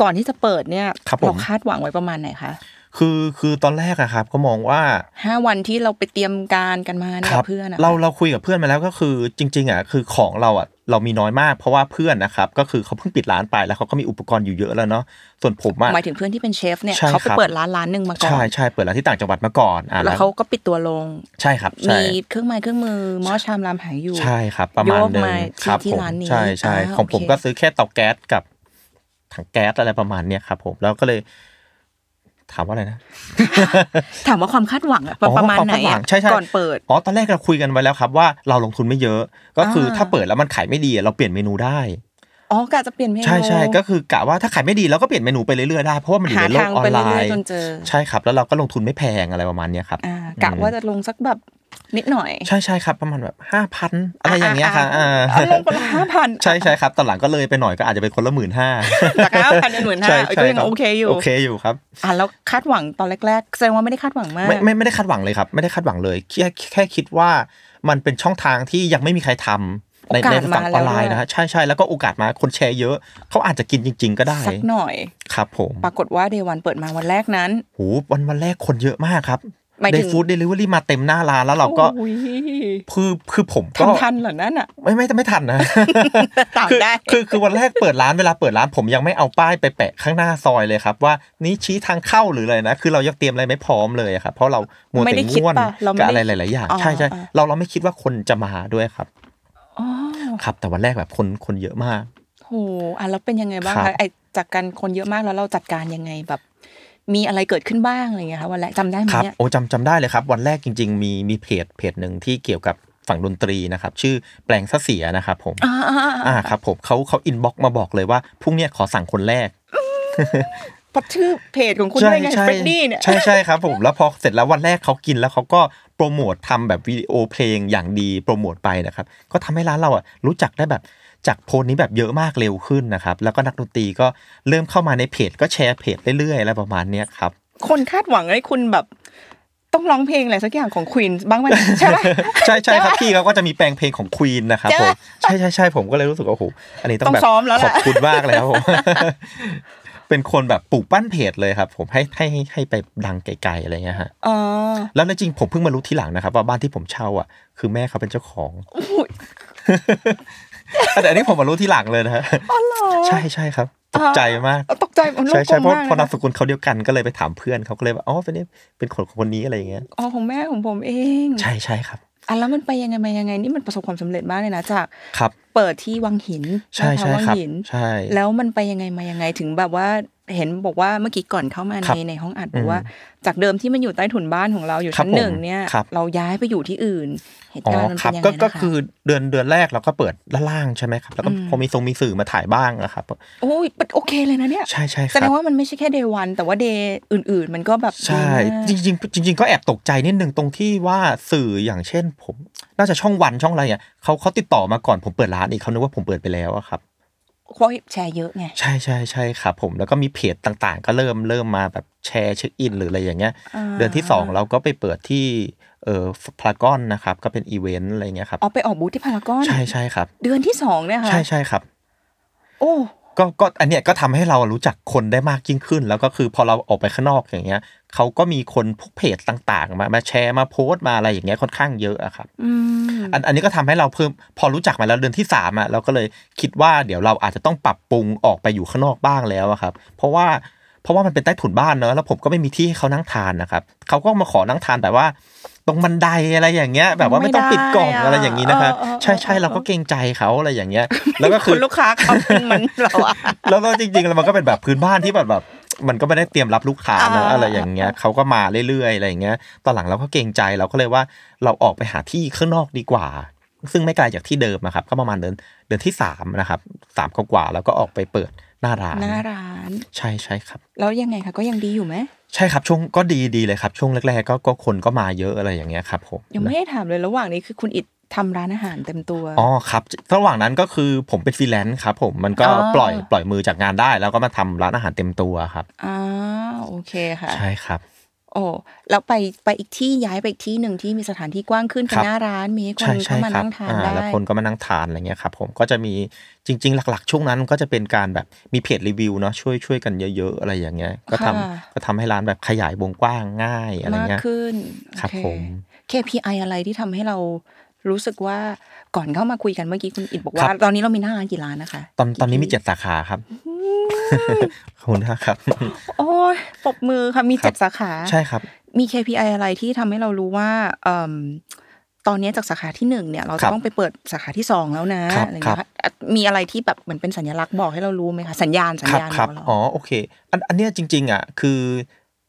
S3: ก่อนที่จะเปิดเนี่ย
S4: ครับผม
S3: เราคาดหวังไว้ประมาณไหนคะ
S4: คือคือตอนแรกอะครับก็มองว่า
S3: ห้าวันที่เราไปเตรียมการกันมาเนี่ยกับเพื่อนอะ
S4: เราเราคุยกับเพื่อนมาแล้วก็คือจริง ๆอ่ะคือของเราอ่ะเรามีน้อยมาก เพราะว่าเพื่อนนะครับก็คือเขาเพิ่งปิดร้านไปแล้วเขาก็มีอุปกรณ์อยู่เยอะแล้วเนาะส่วนผมอ่ะ
S3: หมายถึงเพื่อนที่เป็นเชฟเนี่ย
S4: ใช่
S3: เขาไป
S4: ครับ
S3: เปิดร้านร้านหนึ่งมาก่อน
S4: ใช่ใช่เปิดร้านที่ต่างจังหวัดมาก่อนอ่ะ
S3: แล้วเขาก็ปิดตัวลง
S4: ใช่ครับใช่
S3: มีเครื่องไม้เครื่องมือหม้อชามรามหายอยู่
S4: ใช่ครับ ประมาณหนึ
S3: โย
S4: ง
S3: กมาที่
S4: ครับ
S3: ที่
S4: ผม
S3: ร้านนี้
S4: ใช่ใช่
S3: อ่า
S4: ของผม
S3: โอเค
S4: ก็ซื้อแค่เตาแก๊สกับถังแก๊สอะไรประมาณเนี้ยครับผมแล้วก็เลย ถามว่าอะไรนะ
S3: ถามว่าความคาดหวังอะ
S4: อ๋อ
S3: ประมาณไหน
S4: ควมคดวั
S3: อะ
S4: งใช่ใช่
S3: ก่อนเปิด
S4: อ๋อตอนแรกเราคุยกันไว้แล้วครับว่าเราลงทุนไม่เยอะ ก็คืออา ถ้าเปิดแล้วมันขายไม่ดีอะเราเปลี่ยนเมนูได้
S3: อ๋อกะจะเปลี่ยนเมนู
S4: ใช่ใช่ก็คือกะว่าถ้าขายไม่ดีเราก็เปลี่ยนเมนูไปเรื่อยๆได้ เพราะว่ามันอยู่
S3: หา
S4: ในโลก
S3: ทาง
S4: ออ
S3: ไป
S4: นไล
S3: เรื่อย
S4: น์
S3: ๆจนเจอ
S4: ใช่ครับ แล้วเราก็ลงทุนไม่แพงอะไรประมาณเนี้ยครับ
S3: อ่ากะ
S4: อืม
S3: ว่าจะลงสักแบบนิดหน่อย
S4: ใช่ใช่ครับประมาณแบบห้าพันอะไรอย่างเงี้ยค่ะอ่า
S3: เอาลงคน ละห้าพัน
S4: ใช่ใช่ครับตอนหลังก็เลยไปหน่อยก็อาจจะเป็นคนละหมื่นห้า
S3: จากห้าพันเป็นหมื่นห้า
S4: ใช่
S3: เอ้ย
S4: ใช่
S3: ก็ยัง
S4: รับ
S3: โอเคอยู่
S4: โอเคอยู่ครับ
S3: อ่ะแล้วคาดหวังตอนแรกๆแสดงว่าไม่ได้คาดหวังมาก
S4: ไม่ไม่ไม่ได้คาดหวังเลยครับ ไม่ได้คาดหวังเลยแค่แค่คิดว่ามันเป็นช่องทางที่ยังไม่มีใครทำในในฝั่งออนไลน์นะฮะใช่ใช่แล้วก็โอกาสมาคนแชร์เยอะเขาอาจจะกินจริง ๆ ก็ได้
S3: สักหน่อย
S4: ครับผม
S3: ปรากฏว่าเดวันเปิดมาวันแรกนั้น
S4: โหวันวันแรกคนเยอะมากครับ
S3: หมาย
S4: ได้
S3: ถึง
S4: ฟู้ดเดลิเวอรี่มาเต็มหน้าร้านแล้วเราก็
S3: โอ้ย
S4: คือคือผมก็
S3: ทำทันเหรอนั่นอ่ะ
S4: ไม่ไม่ไม่ทันนะ
S3: ตาม
S4: คือ
S3: ได้
S4: คือคือวันแรกเปิดร้านเวลาเปิดร้านผมยังไม่เอาป้ายไปแปะข้างหน้าซอยเลยครับ ว่านี่ชี้ทางเข้าหรืออะไรนะ คือเรายังเตรียมอะไรไม่พร้อมเลยอะครับเพราะเรามัว
S3: ไม่
S4: แต่
S3: ได้คิด
S4: ง่วน
S3: ป่ะเราไม่
S4: กับ
S3: ได้
S4: อะไรหลายๆอย่าง
S3: อ๋อ
S4: ใช่ใช่
S3: อ๋อ
S4: เราเราไม่คิดว่าคนจะมาด้วยครับ
S3: อ๋อ
S4: ครับ แต่วันแรกแบบคนคนเยอะมาก
S3: โหอ่ะแล้วเป็นยังไงบ้าง
S4: ครั
S3: คะ
S4: บ
S3: ไอจากการคนเยอะมากแล้วเราจัดการยังไงแบบ มีอะไรเกิดขึ้นบ้างอะไรอย่างเงี้ยคะวันแรกจำได้ไหม
S4: ครับ
S3: เนี่ย
S4: โอ้จำจำได้เลยครับ วันแรกจริง ๆ มีมีเพจเพจหนึ่งที่เกี่ยวกับฝั่งดนตรีนะครับ ชื่อแปลงซะเสียนะครับผม
S3: อ่าอ่า
S4: อ่า
S3: อ่า
S4: ครับผมเขาเขาอินบ็อกมาบอกเลยว่าพรุ่งเนี้ยขอสั่งคนแรก
S3: เพราะชื่อเพจของคุณด้วยไงเฟรดดี้เนี่ย
S4: ใช่ใช่ครับผมแล้วพอเสร็จแล้ววันแรกเขากินแล้วเขาก็โปรโมททำแบบวิดีโอเพลงอย่างดีโปรโมทไปนะครับ ก็ทำให้ร้านเราอ่ะรู้จักได้แบบจากโพสต์นี้แบบเยอะมากเร็วขึ้นนะครับ แล้วก็นักดนตรีก็เริ่มเข้ามาในเพจก็แชร์เพจเรื่อยๆอะไรประมาณเนี้ยครับ
S3: คนคาดหวังให้คุณแบบ ต้องร้องเพลงอะไรสักอย่างของควีนบ้างไหมใช่ไหม
S4: ใช่ใช่ ครับพี่เขาก็จะมีแปลงเพลงของควีนนะครับ
S3: ใช่
S4: ผ
S3: ไหม
S4: มใช่ใช่ใช่ผมก็เลยรู้สึกว่าโอ้โหอันนี้ต้อ
S3: ต้อง
S4: งแบบ
S3: ซ้อมแล้วล่ะ
S4: ขอบคุณมากเลยครับ ผม เป็นคนแบบปลูกปั้นเพจเลยครับ ผมให้ให้ให้ให้ไปดังไกลๆอะไรเงี้ยฮะ
S3: อ๋อ
S4: แล้วจริงๆผมเพิ่งมารู้ทีหลังนะครับ ว่าบ้านที่ผมเช่าอ่ะคือแม่เขาเป็นเจ้าของ
S3: อุ๊ย
S4: แต่อันนี้ผมมารู้ทีหลังเลยนะฮะ
S3: อ๋อเหรอ
S4: ใช่ใช่ครับตกใจมาก
S3: เอาตกใจมันลูก
S4: ใช่
S3: กล
S4: ใช่
S3: ม
S4: เพราะ
S3: มาก
S4: เพอนาม
S3: นะ
S4: สกุลเขาเดียวกันก็เลยไปถามเพื่อนเขาก็เลยว่าอ๋อเป็นนี่เป็นคนของคนนี้อะไรอย่างเงี้ย
S3: อ๋อของแม่ของผมเอง
S4: ใช่ใช่ครับ
S3: อ่ะแล้วมันไปยังไงมายังไงนี่มันประสบความสำเร็จมากเลยนะจาก
S4: ครับ
S3: เปิดที่วังหิน
S4: ใช่
S3: นะคะ
S4: ใช่
S3: วั
S4: ครับ
S3: หิน
S4: ใช่
S3: แล้วมันไปยังไงมายังไงถึงแบบว่าเห็นบอกว่าเมื่อกี้ก่อนเข้ามา
S4: ครับ
S3: ในในห้องอัดบ
S4: อื
S3: อ
S4: ม
S3: กว่า จากเดิมที่มันอยู่ใต้ถุนบ้านของเราอยู่
S4: ครับ
S3: ชั้นหนึ่ง
S4: ผม
S3: เนี่ย
S4: ครับ
S3: เราย้ายไปอยู่ที่อื่น เหตุ
S4: อ๋อ
S3: การณ์มัน
S4: ครั
S3: เป็น
S4: บ
S3: ยังไง
S4: ก็ก็
S3: นะะ
S4: คือเดือนเดือนแรกเราก็เปิดด้านล่างใช่ไหมครับแล้วก็
S3: อืม
S4: พอมีทรงมีสื่อมาถ่ายบ้างนะครับ
S3: โอ้ยมันโอเคเลยนะเนี่ย
S4: ใช่ใช่ค
S3: แสด
S4: รับ
S3: งว่ามันไม่ใช่แค่ day one แต่ว่า day อื่น ๆ มันก็แบบ
S4: ใช่จ
S3: ดีมาก
S4: ริงๆจริง ๆ ก็แอบตกใจนิดนึงตรงที่ว่าสื่ออย่างเช่น ผม น่าจะช่องวันช่องอะไรอ่ะเขาเขาติดต่อมาก่อนผมเปิดร้านอีกเขานึกว่าผมเปิดไปแล้วอะครับ
S3: เพราะแชร์เยอะไง
S4: ใช่ใช่ใช่ครับผมแล้วก็มีเพจต่างๆ ก็เริ่มเริ่มมาแบบแชร์เช็คอินหรืออะไรอย่างเงี้ย
S3: า
S4: เดือนที่สองเราก็ไปเปิดที่เอ่อพารากอนนะครับก็เป็นอีเวนต์อะไรเงี้ยครับ
S3: อ๋อไปออกบูธที่พารากอน
S4: ใช่ใช่ครับ
S3: เดือนที่สองเนี่ยค่ะ
S4: ใช่ใช่ครับ
S3: โอ้โห
S4: ก็ก็อันเนี้ยก็ทำให้เรารู้จักคนได้มากยิ่งขึ้น แล้วก็คือพอเราออกไปข้างนอกอย่างเงี้ยเขาก็มีคนพวกเพจต่างๆ มามาแชร์มาโพสต์มาอะไรอย่างเงี้ยค่อนข้างเยอะอะครับ
S3: อืม
S4: อันอันนี้ก็ทำให้เราเพิ่มพอรู้จักมาแล้วเดือนที่สามอ่ะเราก็เลยคิดว่าเดี๋ยวเราอาจจะต้องปรับปรุงออกไปอยู่ข้างนอกบ้างแล้วอะครับ เพราะว่าเพราะว่ามันเป็นใต้ถุนบ้านเนอะแล้วผมก็ไม่มีที่ให้เขานั่งทานนะครับเขาก็มาขอนั่งทานแบบว่า ตรงบันไดอะไรอย่างเงี้ย แบบว่าไม่ต้องปิดกล่องอะไรอย่างนี้นะครับใช่ใช่เราก็เกรงใจเขาอะไรอย่างเงี้ย แล้วก็คือ
S3: ณลูกค้าเขาเป็นเหมือนเราอะ
S4: แล้วก็จริงๆแล้วมันก็เป็นแบบพื้นบ้านที่แบบแบบมันก็ไม่ได้เตรียมรับลูกค้า
S3: อ่า
S4: นะอะไรอย่างเงี้ยเขาก็มาเรื่อยๆอะไรอย่างเงี้ยตอนหลังเราก็เกรงใจเราก็เลยว่าเราออกไปหาที่ข้างนอกดีกว่า ซึ่งไม่ไกลจากที่เดิมนะครับ ก็ประมาณเดือนเดือนที่สามนะครับสามกว่าๆแล้วก็ออกไปเปิดหน้าร้าน
S3: หน้าร้าน
S4: ใช่ใช่ครับ
S3: แล้วยังไงคะก็ยังดีอยู่ไหม
S4: ใช่ครับช่วงก็ดีดีเลยครับ ช่วงแรกๆก็ก็คนก็มาเยอะอะไรอย่างเงี้ยครับผม
S3: ยังไม่ได้ถามเลยระหว่างนี้คือคุณอิดทำร้านอาหารเต็มตัว
S4: อ๋อครับระหว่างนั้นก็คือผมเป็นฟรีแลนซ์ครับผมมันก็
S3: อ๋อ
S4: ปล่อยปล่อยมือจากงานได้ แล้วก็มาทำร้านอาหารเต็มตัวครับ
S3: อ่าโอเคค่ะ
S4: ใช่ครับ
S3: โอ้แล้วไปไปอีกที่ย้ายไปอีกที่หนึ่งที่มีสถานที่กว้างขึ้นเป็
S4: ครั
S3: น
S4: บ
S3: หน้าร้านมีให้คน
S4: ใช่
S3: เข้า
S4: ใช่
S3: มา
S4: ครับ
S3: นั่งทาน
S4: อ่า
S3: ได้
S4: แล้วคนก็มานั่งทานอะไรเงี้ยครับผมก็จะมีจริง ๆ หลัก ๆ ช่วงนั้นก็จะเป็นการแบบมีเพจรีวิวเนาะช่วยช่วยกันเยอะ ๆ อะไรอย่างเงี้ยก็ทำ
S3: ค่ะ
S4: ก็ทำให้ร้านแบบขยายวงกว้างง่ายอะไร
S3: มาก
S4: เงี้ย
S3: ขึ้น
S4: ครับ
S3: โอเ
S4: ผม
S3: KPI อะไรที่ทำให้เรารู้สึกว่าก่อนเข้ามาคุยกันเมื่อกี้คุณอิดบอก
S4: ครั
S3: ว่า
S4: บ
S3: ตอนนี้เรามีหน้าร้านกี่ร้านนะคะ
S4: ตอนตอนนี้มีเจ็ดสาขาครับขอบคุณมากครับ
S3: โอ้ยปรบมือค่ะมี
S4: ครั
S3: เจ็ด
S4: บ
S3: สาขา
S4: ใช่ครับ
S3: มี KPI อะไรที่ทำให้เรารู้ว่าเอิ่มตอนนี้จากสาขาที่หนึ่งเนี่ย เรา
S4: ค
S3: จะ
S4: รับ
S3: ต้องไปเปิดสาขาที่สองแล้วนะครับ อะไร
S4: ครั
S3: เงี้
S4: บ
S3: ยค่ะอ่ะมีอะไรที่แบบเหมือนเป็นสัญลักษณ์บอกให้เรารู้ไหมคะสัญญาณสัญ
S4: ครับ
S3: ญาณ
S4: ครับ
S3: บอกเรา
S4: อ๋อโอเคอันอันเนี้ยจริง ๆอ่ะคือ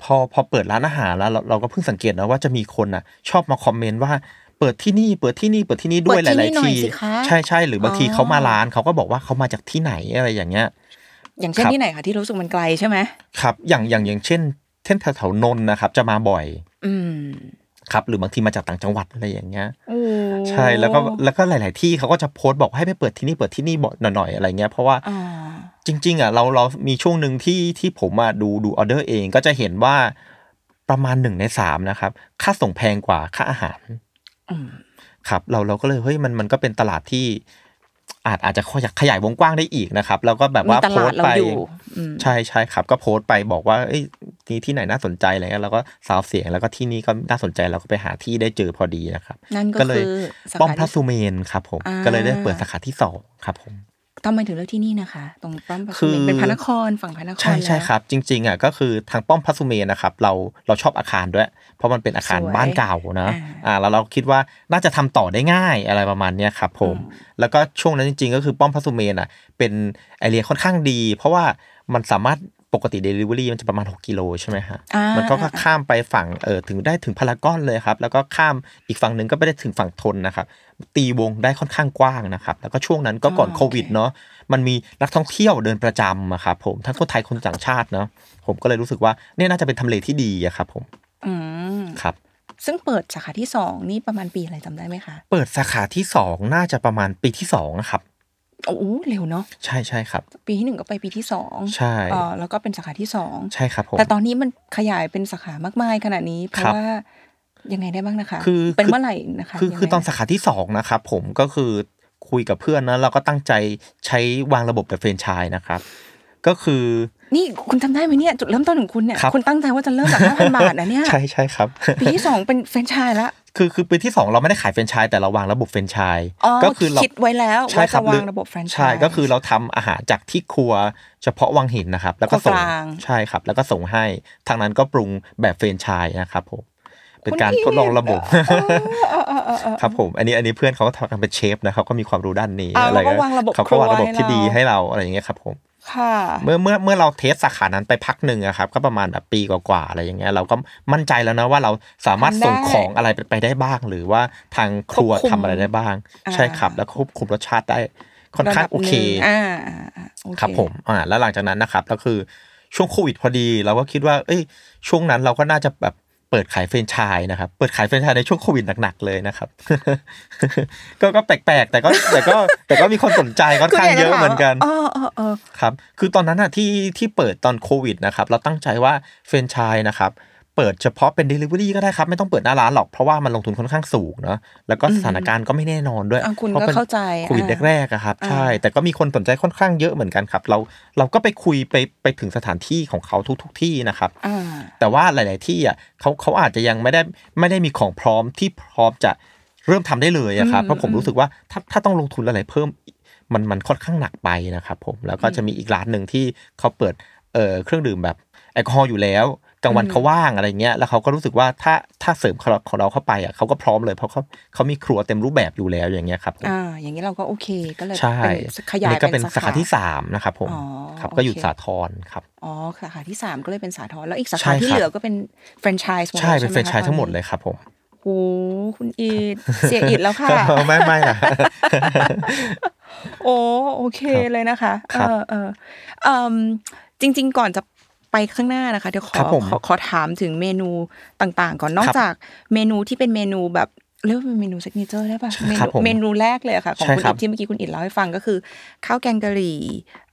S4: พอพอเปิดร้านอาหารแล้วเราเราก็เพิ่งสังเกตนะว่าจะมีคนอ่ะ ชอบมาคอมเมนต์ว่าเปิดที่นี่เปิดที่นี่เปิดที่นี่ด้วยห
S3: เปิ
S4: ลาย
S3: ที่นี่
S4: ๆ
S3: น่อ
S4: ที
S3: สิคะ
S4: ใช่ใช่หรือบางที
S3: อ๋อ
S4: เขามาร้านเขาก็บอกว่าเขามาจากที่ไหนอะไรอย่างเงี้ย
S3: อย่างเช่น
S4: ครับ
S3: ที่ไหนคะที่รู้สึกมันไกลใช่ไหม
S4: ครับอย่างอย่างอย่างเช่นเช่นแถวๆนนท์นะครับ จะมาบ่อย
S3: อืม
S4: ครับหรือบางทีมาจากต่างจังหวัดอะไรอย่างเงี้ย
S3: โอ้
S4: ใช่แล้วก็แล้วก็หลาย ๆ ที่เขาก็จะโพสต์บอกให้ไปเปิดที่นี่เปิดที่นี่บ่อยหน่อย ๆ อะไรเงี้ยเพราะว่า
S3: อ่า
S4: จริงๆอ่ะเราเรามีช่วงหนึ่งที่ที่ผมมาดูดูออเดอร์เองก็จะเห็นว่าประมาณหนึ่งในสามนะครับ ค่าส่งแพงกว่าค่าอาหาร
S3: อืม
S4: ครับ เราเราก็เลยเฮ้ยมันมันก็เป็นตลาดที่อาจอาจจะขยายขยายวงกว้างได้อีกนะครับ แล้วก็แบบ
S3: มี
S4: ว่า
S3: ต
S4: โพ
S3: ลา
S4: ส
S3: ด
S4: ต์
S3: เรา
S4: ไป
S3: อยู่อืม
S4: ใช่ใช่ครับ ก็โพสต์ไปบอกว่าเอ้ยที่ที่ไหนน่าสนใจอะไรเงี้ยแล้วก็สาวเสียงแล้วก็ที่นี่ก็น่าสนใจเราก็ไปหาที่ได้เจอพอดีนะครับ
S3: นั่นก็
S4: ก็เลย
S3: คือสา
S4: ป้อม
S3: ขา
S4: พระ
S3: ที่
S4: สุเมนครับผม
S3: อ่า
S4: ก็เลยได้เปิดสาขาที่สองครับผม
S3: ทำไมถึงเลือกที่นี่นะคะ ตรงป้อมพระ
S4: คื
S3: สุเม
S4: อ
S3: นเป็นพระนครฝั่งพระนคร
S4: ใช่ใช่
S3: แล้ว
S4: ครับ จริงๆอ่ะก็คือทางป้อมพระสุเมนนะครับเราเราชอบอาคารด้วย เพราะมันเป็นอาคาร
S3: สวย
S4: บ้านเก่านะ
S3: อ่า
S4: อ่าแล้วเราคิดว่าน่าจะทำต่อได้ง่ายอะไรประมาณเนี้ยครับผมแล้วก็ช่วงนั้นจริงๆ ก็คือป้อมพระสุเมนอ่ะเป็นไอเรียค่อนข้างดี เพราะว่ามันสามารถปกติ Delivery มันจะประมาณ 6กิโลใช่ไหมฮะ
S3: อ่า
S4: มันก็ข้ามไปฝั่งเออถึงได้ถึงพารากอนเลยครับแล้วก็ข้ามอีกฝั่งหนึ่งก็ไม่ได้ถึงฝั่งทนนะครับตีวงได้ค่อนข้างกว้างนะครับแล้วก็ช่วงนั้นก็ก่อนโควิดเนาะ มันมีนักท่องเที่ยวเดินประจำอะครับผมทั้งคนไทยคนต่างชาติเนาะผมก็เลยรู้สึกว่าเนี่ยน่าจะเป็นทำเลที่ดีอะครับผม
S3: อืม
S4: ครับ
S3: ซึ่งเปิดสาขาที่สองนี่ประมาณปีอะไรจำได้ไหมคะ
S4: เปิดสาขาที่สองน่าจะประมาณปีที่สองนะครับ
S3: โอ้โหเร็วเนาะ
S4: ใช่ใช่ครับ
S3: ปีที่หนึ่งก็ไปปีที่สอง
S4: ใช่
S3: เออแล้วก็เป็นสาขาที่สอง
S4: ใช่ครับผม
S3: แต่ตอนนี้มันขยายเป็นสาขามากมายขนาดนี้เพ
S4: ครั
S3: ราะ
S4: บ
S3: ว่ายังไงได้บ้างนะคะ
S4: คือ
S3: เป็น
S4: คือ
S3: เมื่อไหร่นะคะ
S4: คือ
S3: ยัง
S4: คือ
S3: ไง
S4: ตอนสาขาที่สองนะครับผมก็คือคุยกับเพื่อนนะเราก็ตั้งใจใช้วางระบบแบบแฟรนไชส์นะครับ ก็คือ
S3: นี่คุณจำได้ไหมเนี่ยจุดเริ่มต้นของคุณเนี่ย
S4: ครับ
S3: คุณตั้งใจว่าจะเริ่มจากห้าพันบาทนะเนี่ย
S4: ใช่ใช่ครับ
S3: ปีที่สองเป็นแฟรนไชส์ละ
S4: คือคือปีที่สองเราไม่ได้ขายแฟรนไชส์แต่เราวางระบบแฟรนไชส์
S3: อ๋อ
S4: ก็คือเรา
S3: คิดไว้แล้ว
S4: ใช่
S3: ว่า
S4: ครั
S3: จะ
S4: บ
S3: วา
S4: หรื
S3: ง
S4: อ
S3: ระบบแฟรนไชส์
S4: ใช่ก็คือเราทำอาหารจากที่ครัวเฉพาะวังหินนะครับ แล้ว
S3: ค
S4: ก็
S3: รั
S4: ส่
S3: ว
S4: ง
S3: กลาง
S4: ใช่ครับ แล้วก็ส่งให้ทางนั้นก็ปรุงแบบเฟรนไชายนะครับผมเป็นการทดลองระบบ
S3: เออเออเออเออ
S4: ครับผมอันนี้อันนี้เพื่อนเขาก็ทำกันเป็นเชฟนะครับเขาก็มีความรู้ด้านนี้
S3: อ่า
S4: อะไร
S3: แล้วก็วางระบบ
S4: เขาก็วางระบบ
S3: ครัวให้
S4: ที่ดี
S3: เรา
S4: ให้เราอะไรอย่างเงี้ยครับผม
S3: ค่ะ
S4: เมื่อเมื่อเมื่อเราเทสสาขานั้นไปพักหนึ่งอะครับ ก็ประมาณแบบปีกว่าๆอะไรอย่างเงี้ยเราก็มั่นใจแล้วนะว่าเราสามารถ
S3: ทำได้
S4: ส่งของอะไรไปได้บ้าง หรือว่าทางครัว
S3: ควบคุม
S4: ทำอะไรได้บ้าง ใช่ครับ
S3: อ่า
S4: แล้วควบคุมรสชาติได้ค่อนข้าง
S3: ระดับ
S4: โอเค
S3: หนึ่งอ่าอ่าอ่าโอเ
S4: ครับผมอ่าแล้วหลังจากนั้นนะครับก็คือช่วงโควิดพอดีเราก็คิดว่า เอ้ย ช่วงนั้นเราก็น่าจะแบบเปิดขายแฟรนไชส์นะครับ เปิดขายแฟรนไชส์ในช่วงโควิดหนักๆเลยนะครับ ก็ก็แปลกๆ แต่ก็แต่ก็แต่ก็มีคนสนใจค่อนข้างเยอะเหมือนกัน
S3: เออเออเออ
S4: ครับ คือตอนนั้นอะที่ที่เปิดตอนโควิดนะครับ เราตั้งใจว่าแฟรนไชส์นะครับ เปิดเฉพาะเป็น Delivery ก็ได้ครับ ไม่ต้องเปิดหน้าร้านหรอก เพราะว่ามันลงทุนค่อนข้างสูงเนาะแล้วก็สถานการณ์ก็ไม่แน่นอนด้วย
S3: อ่ะคุณ
S4: พระ
S3: ก็
S4: ป็น
S3: เข้าใจ
S4: โควิด
S3: อ่ะ
S4: แรกๆอะครับ ใช่
S3: อ่า
S4: แต่ก็มีคนสนใจค่อนข้างเยอะเหมือนกันครับ เราเราก็ไปคุยไปไปถึงสถานที่ของเขาทุก ๆ ที่นะครับ
S3: อ่า
S4: แต่ว่าหลาย ๆ ที่อ่ะเขาเขาอาจจะยังไม่ได้ไม่ได้มีของพร้อมที่พร้อมจะเริ่มทำได้เลยอะครับ
S3: อืม
S4: เพราะผมรู้สึกว่าถ้าถ้าต้องลงทุนอะไรเพิ่มมันมันค่อนข้างหนักไปนะครับผมแล้วก็จะมีอีกร้านหนึ่งที่เขาเปิดเอ่อเครื่องดื่มแบบแอลกอฮอล์อยู่แล้วกลางวัน
S3: อืม
S4: เขาว่างอะไรเงี้ยแล้วเขาก็รู้สึกว่าถ้าถ้าเสริมของเราของเราเข้าไปอ่ะเขาก็พร้อมเลยเพราะเขาเขามีครัวเต็มรูปแบบอยู่แล้วอย่างเงี้ยครับผม
S3: อ่า อย่างนี้เราก็โอเคก็เลย
S4: ใช่
S3: เป็นขยาย
S4: นี่ก็เป็นสาขาที่
S3: สา
S4: สามนะครับผม
S3: อ๋อ
S4: ครับก็อยู่
S3: โอเค
S4: สาทรครับ
S3: อ๋อสาขาที่สามก็เลยเป็นสาทรแล้วอีกสา
S4: ใช่
S3: ขาที่
S4: ครับ
S3: เหลือก็เป็นแฟรนไชส์หมด
S4: ใช่เป็น
S3: ไม
S4: แฟรนไชส์
S3: คะ
S4: ทั้งหมด
S3: ตอน
S4: เล
S3: นี้
S4: ยครับผม
S3: โอ้คุณอีดเสียอีดแล้วค่ะ
S4: ไม่ไม่ นะ
S3: โอ้โอเค
S4: ครับ
S3: เลยนะคะ
S4: ค
S3: เอ
S4: รับ
S3: อเออเอิ่มจริง ๆ ก่อนจะไปข้างหน้านะคะเดี๋ยวขอ
S4: ครับผม
S3: ขอขอถามถึงเมนูต่างๆ ก่อนนอก
S4: ครับ
S3: จากเมนูที่เป็นเมนูแบบเรียกว่าเป็นเมนู s ิ g เนเจอร์ได้ป่ะเม
S4: ครั
S3: นู
S4: บผม
S3: เมนูแรกเลยอะค่ะของ
S4: ใช่
S3: คุณ
S4: ครั
S3: อิ
S4: บ
S3: ดที่เมื่อกี้คุณอิดเล่าให้ฟังก็คือ ข้าวแกงกะหรี่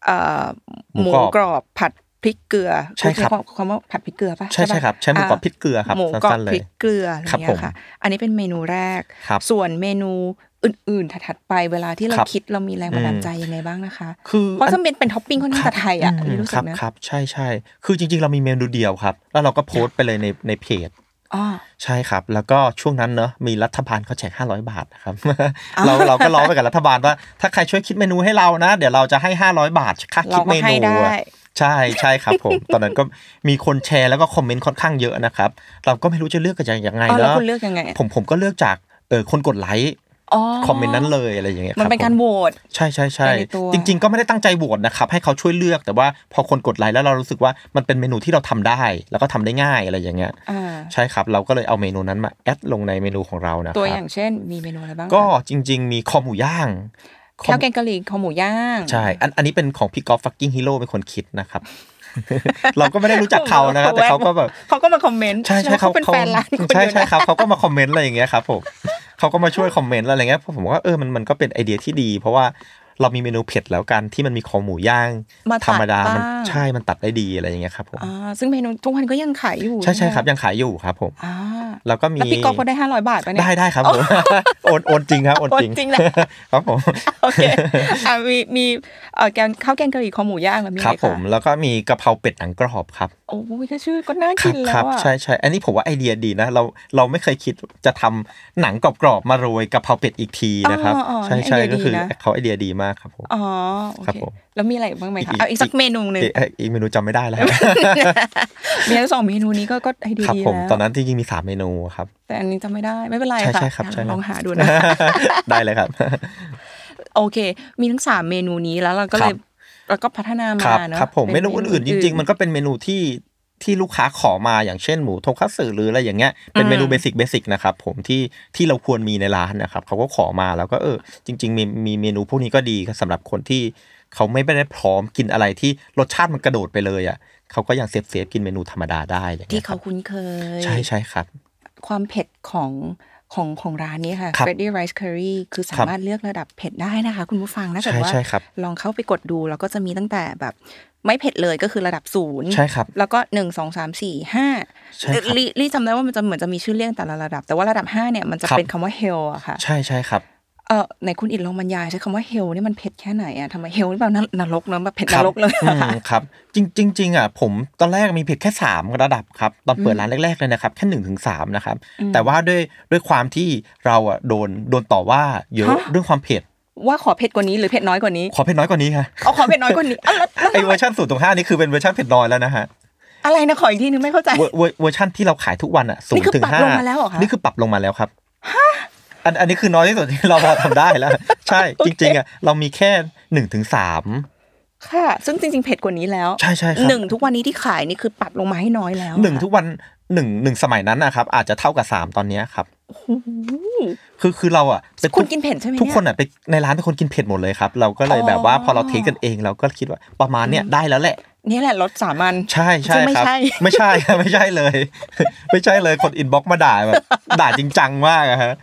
S3: เอ่อห
S4: หมู
S3: มู
S4: กรอบ
S3: กรอบผัดพริกเกลือ
S4: ใช่ครับ
S3: ณเยกคำว่าผัดพริกเกลือป่ะ
S4: ใช่ใช่
S3: ปะ
S4: ครับ ใช้หมูกรอบ
S3: า
S4: พริกเกลือครับ
S3: หมูกรอบ
S4: สั้นๆเล
S3: พ
S4: ย
S3: ริกเกลืออะไร
S4: ครับ
S3: เงี้
S4: ผม
S3: ยค่ะ อันนี้เป็นเมนูแรก
S4: ครับ
S3: ส่วนเมนูอื่นๆ ถัดๆไปเวลาที่เรา
S4: ครับ
S3: คิดเรามีแรงบันดาล
S4: อืม
S3: ใจยังไงบ้างนะคะ
S4: คือ
S3: เพราะถ้าเป็นเป็นท็อปปิ้งค่อนข้างจะไทยอ่ะอันนี้
S4: ม
S3: รู้สึ
S4: ครั
S3: กนะครับ
S4: ใช่ใช่คือจริง ๆ เรามีเมนูเดียวครับ แล้วเราก็โพสต์ไปเลยในในเพจ
S3: อ๋อ
S4: ใช่ครับ แล้วก็ช่วงนั้นเนอะมีรัฐบาลเขาแจก500 บาทนะครับ เราเราก็ร้องไปกับรัฐบาลว่า ถ้าใครช่วยคิดเมนูให้เรานะ เดี๋ยวเราจะให้ 500 บาทค่าคิดเม
S3: เราก็
S4: นู
S3: ให้ได้
S4: อะใช่ใช่ครับผม ตอนนั้นก็มีคนแชร์แล้วก็คอมเมนต์ค่อนข้างเยอะนะครับเราก็ไม่รู้จะเลือกกันยังไง
S3: อ๋อแล้ว
S4: เนาะ
S3: คุณเลือกยังไง
S4: ผมผมก็เลือกจากเออคนกดไลค์
S3: อ๋อ
S4: คอมเมนต์นั้นเลยอะไรอย่างเงี้ย
S3: มัน
S4: คบ
S3: เป็น
S4: ผ
S3: การโหวต
S4: ใช่ใช่ใช่
S3: ไปในตัว
S4: จริง ๆ ก็ไม่ได้ตั้งใจโหวตนะครับ ให้เขาช่วยเลือกแต่ว่าพอคนกดไลค์แล้วเรารู้สึกว่ามันเป็นเมนูที่เราทำได้ แล้วก็ทำได้ง่ายอะไรอย่างเงี้ย
S3: อ่า
S4: ใช่ครับ เราก็เลยเอาเมนูนั้นมาแอดลงในเมนูของเรานะค
S3: ตัวอ
S4: รั
S3: ย่างเช่น มีเมนูอะไรบ้าง
S4: ก็
S3: คะ
S4: จริง ๆ มีคอหมูย่างคอ
S3: ข้าวแกงกะหรี่คอหมูย่าง
S4: ใช่อันอันนี้เป็นของพี่กอล์ฟฟักกิ้งฮีโร่เป็นคนคิดนะครับ เราก็ไม่ได้รู้จักเขานะครับแต่เขาก็แบบ
S3: เขาก็มาคอมเมนต์
S4: ใช่ใช่
S3: เขาเป็นแฟนร้านคุณ
S4: ใช่
S3: อยู่นะ
S4: ใช่ครับเขาก็มาคอมเมนต์อะไรอย่างเงี้ยครับผมเขาก็มาช่วยคอมเมนต์อะไรเงี้ยผมว่าเออมันมันก็เป็นไอเดียที่ดี เพราะว่าเรามีเมนูเผ็ดแล้วกันที่มันมีคอหมูย่าง
S3: มาตัด
S4: ธรรมดามัน
S3: บ้าง
S4: ใช่มันตัดได้ดีอะไรอย่างเงี้ยครับผม
S3: อ่าซึ่งเมนูทุกวันก็ยังขายอยู่
S4: ใช่ใช่ครับ
S3: ไหมะ
S4: ยังขายอยู่ครับผม
S3: อ่า
S4: แล้วก็มี
S3: แล้วพี่กอล์ฟก็ได้ห้าร้อยบาทปะเนี่ย
S4: ได้ได้ครับผมโอนโอนจริงครับโอนจริง
S3: โอนจริงนะ
S4: ครับผม
S3: โอเคอ่ะมีมีเอ่อแกงข้าวแกงกะหรี่คอหมูย่างแล้วมี
S4: ครับ
S3: อะ
S4: ผ
S3: ไอีก
S4: ม
S3: อะ
S4: แล้วก็มีกะเพราเป็ดหนังกรอบครับ
S3: โอ้ยแค่ชื่อก็น่า
S4: ค
S3: กิ
S4: รับ
S3: น
S4: ค
S3: แล้
S4: รั
S3: ว
S4: บ
S3: อ่ะ
S4: ใช่ใช่อันนี้ผมว่าไอเดียดีนะ เราเราไม่เคยคิดจะทำหนังกรอบๆมาโรยกะเพราเป็ดอีกทีนะครับ
S3: อ๋ออ๋อ
S4: ใช่
S3: นี่
S4: ใช่
S3: ไเดีย
S4: ก็คือ
S3: ดีนะ
S4: เขาไอเดียดีมากครับผม
S3: อ๋อโอ
S4: ครับ
S3: เค
S4: ผม
S3: แล้วมีอะไรอีกบ้างไหมคะ
S4: อีก
S3: เอาอีกสัก
S4: อีก
S3: เมนูหนึ่ง
S4: เอ๊ะอีกเมนูจำไม่ได้แล้วครับ
S3: มีทั้งสองเมนูนี้ก็ก็ไอเดีย
S4: ครับ
S3: ดี
S4: ผม
S3: แล้ว
S4: ตอนนั้นจริงๆมีสามเมนูครับ
S3: แต่อันนี้จำไม่ได้ไม่เป็นไร
S4: ใช่
S3: ค่ะ
S4: ใช่ครับใช่ครับ
S3: ลองหาดูนะ
S4: ได้เลยครับ
S3: โอเค มีทั้งสามเมนูนี้แล้วเราก็เลย
S4: ครับ
S3: เราก็พัฒนา
S4: ค
S3: มา
S4: รับ
S3: เนอะ
S4: ครับผม
S3: ป็
S4: เมนูอื่นๆจริง ๆ มันก็เป็นเมนูที่ที่ลูกค้าขอมาอย่างเช่นหมูโทคัตสึหรืออะไรอย่างเงี้ยเป็นเมนูเบสิกเบสิกนะครับผมที่ที่เราควรมีในร้านนะครับเขาก็ขอมาแล้วก็เออจริง ๆ มีมีเมนูพวกนี้ก็ดีสำหรับคนที่เขาไม่ได้พร้อมกินอะไรที่รสชาติมันกระโดดไปเลยอ่ะเขาก็ยังเซฟเซฟกินเมนูธรรมดาได้อะไรอย่าง
S3: ที่
S4: เงี้ยค
S3: เขา
S4: รับ
S3: คุ้นเคย
S4: ใช่ใช่ครับ
S3: ความเผ็ดของของของร้านนี้ค่ะ
S4: ครับ
S3: Freddy Rice Curry คือสามารถเลือกระดับเผ็ดได้นะคะ คุณผู้ฟังถ้าเกิด
S4: ใช่
S3: ว่า
S4: ใช่ครับ
S3: ลองเข้าไปกดดู แล้วก็จะมีตั้งแต่แบบไม่เผ็ดเลยก็คือระดับศูนย์
S4: ใช่ครับ
S3: แล้วก็หนึ่งสองสามสี่ห้า
S4: ใช่ครับ
S3: ลี่ลี่จำได้ว่ามันจะเหมือนจะมีชื่อเรียกแต่ละระดับ แต่ว่าระดับห้าเนี่ยมันจะ
S4: ครับ
S3: เป็นคำว่า hell อะค่ะ
S4: ใช่ใช่ครับ
S3: เออในคุณอิดลองบรรยายใช้คำว่า hell นี่มันเผ็ดแค่ไหนอะทำไม hell นี่แบบนั้นนรกเนอะแบบเผ็ดนรกเลย
S4: อื
S3: อะ
S4: ม
S3: ค่ะ
S4: ครับจริงจริงๆอ่ะผมตอนแรกมีเผ็ดแค่สามระดับครับตอนเปิดร้านแรกๆเลยนะครับแค่หนึ่งถึงสามนะครับ
S3: อืม
S4: แต่ว่าด้วยด้วยความที่เราอ่ะโดนโดนต่อว่าเยอะ
S3: ฮะ
S4: เรื่องความเผ็ด
S3: ว่าขอเผ็ดกว่านี้หรือเผ็ดน้อยกว่านี้
S4: ขอเผ็ดน้อยกว่านี้ ค่ะ
S3: เอาขอเผ็ดน้อยกว่านี้เอาแล้วแล้ว
S4: ไอเวอร์ชันสูตรตรงห้านี่คือเป็นเวอร์ชันเผ็ดน้อยแล้วนะฮะ
S3: อะไรนะขออีกทีนึงไม่เข้าใจ
S4: เวอร์เวอร์เวอร์ชันที่เราขายทุกวันอ่ะสู
S3: นี่
S4: ง
S3: คือ
S4: ถึง
S3: ปรับ
S4: ห้า
S3: ลงมาแล้วเหรอคะ
S4: นี่คือปรับลงมาแล้วครับอันอันนี้คือน้อยที่สุดที่เราพอทำได้แล้ว ใช่จริงๆอ่ะเรามีแค่หนึ่งถึงสาม
S3: ค่ะ ซึ่งจริงๆ เผ็ดกว่านี้แล้ว
S4: ใช่ใช่ครับ
S3: หนึ่งทุกวันนี้ที่ขายนี่คือปรับลงมาให้น้อยแล้ว
S4: หนึ่ง
S3: อะ
S4: ทุกวันหนึ่งหนึ่งสมัยนั้นนะครับอาจจะเท่ากับสามตอนเนี้ยครับ
S3: โอ้โห
S4: คือคือเราอ่ะเป็น
S3: คุณ
S4: ทุก
S3: กินเผ็ดใช่ไหม
S4: ทุกคน
S3: เย
S4: อ่ะไปในร้านเป็นคนกินเผ็ดหมดเลยครับ เราก็เลยแบบว่า
S3: อ๋อ
S4: พอเราเทสกันเองเราก็คิดว่าประมาณเนี้ยได้แล้วแหละ
S3: นี่แหละรสสามัญ
S4: ใช่ใช่
S3: ซึ่งไม่
S4: ครับ
S3: ใช่
S4: ไม่ใช่ ไม่ใช่เลย ไม่ใช่เลยคนอินบ็อกมาด่าแบบ ด่าจริงจังมากอะฮะ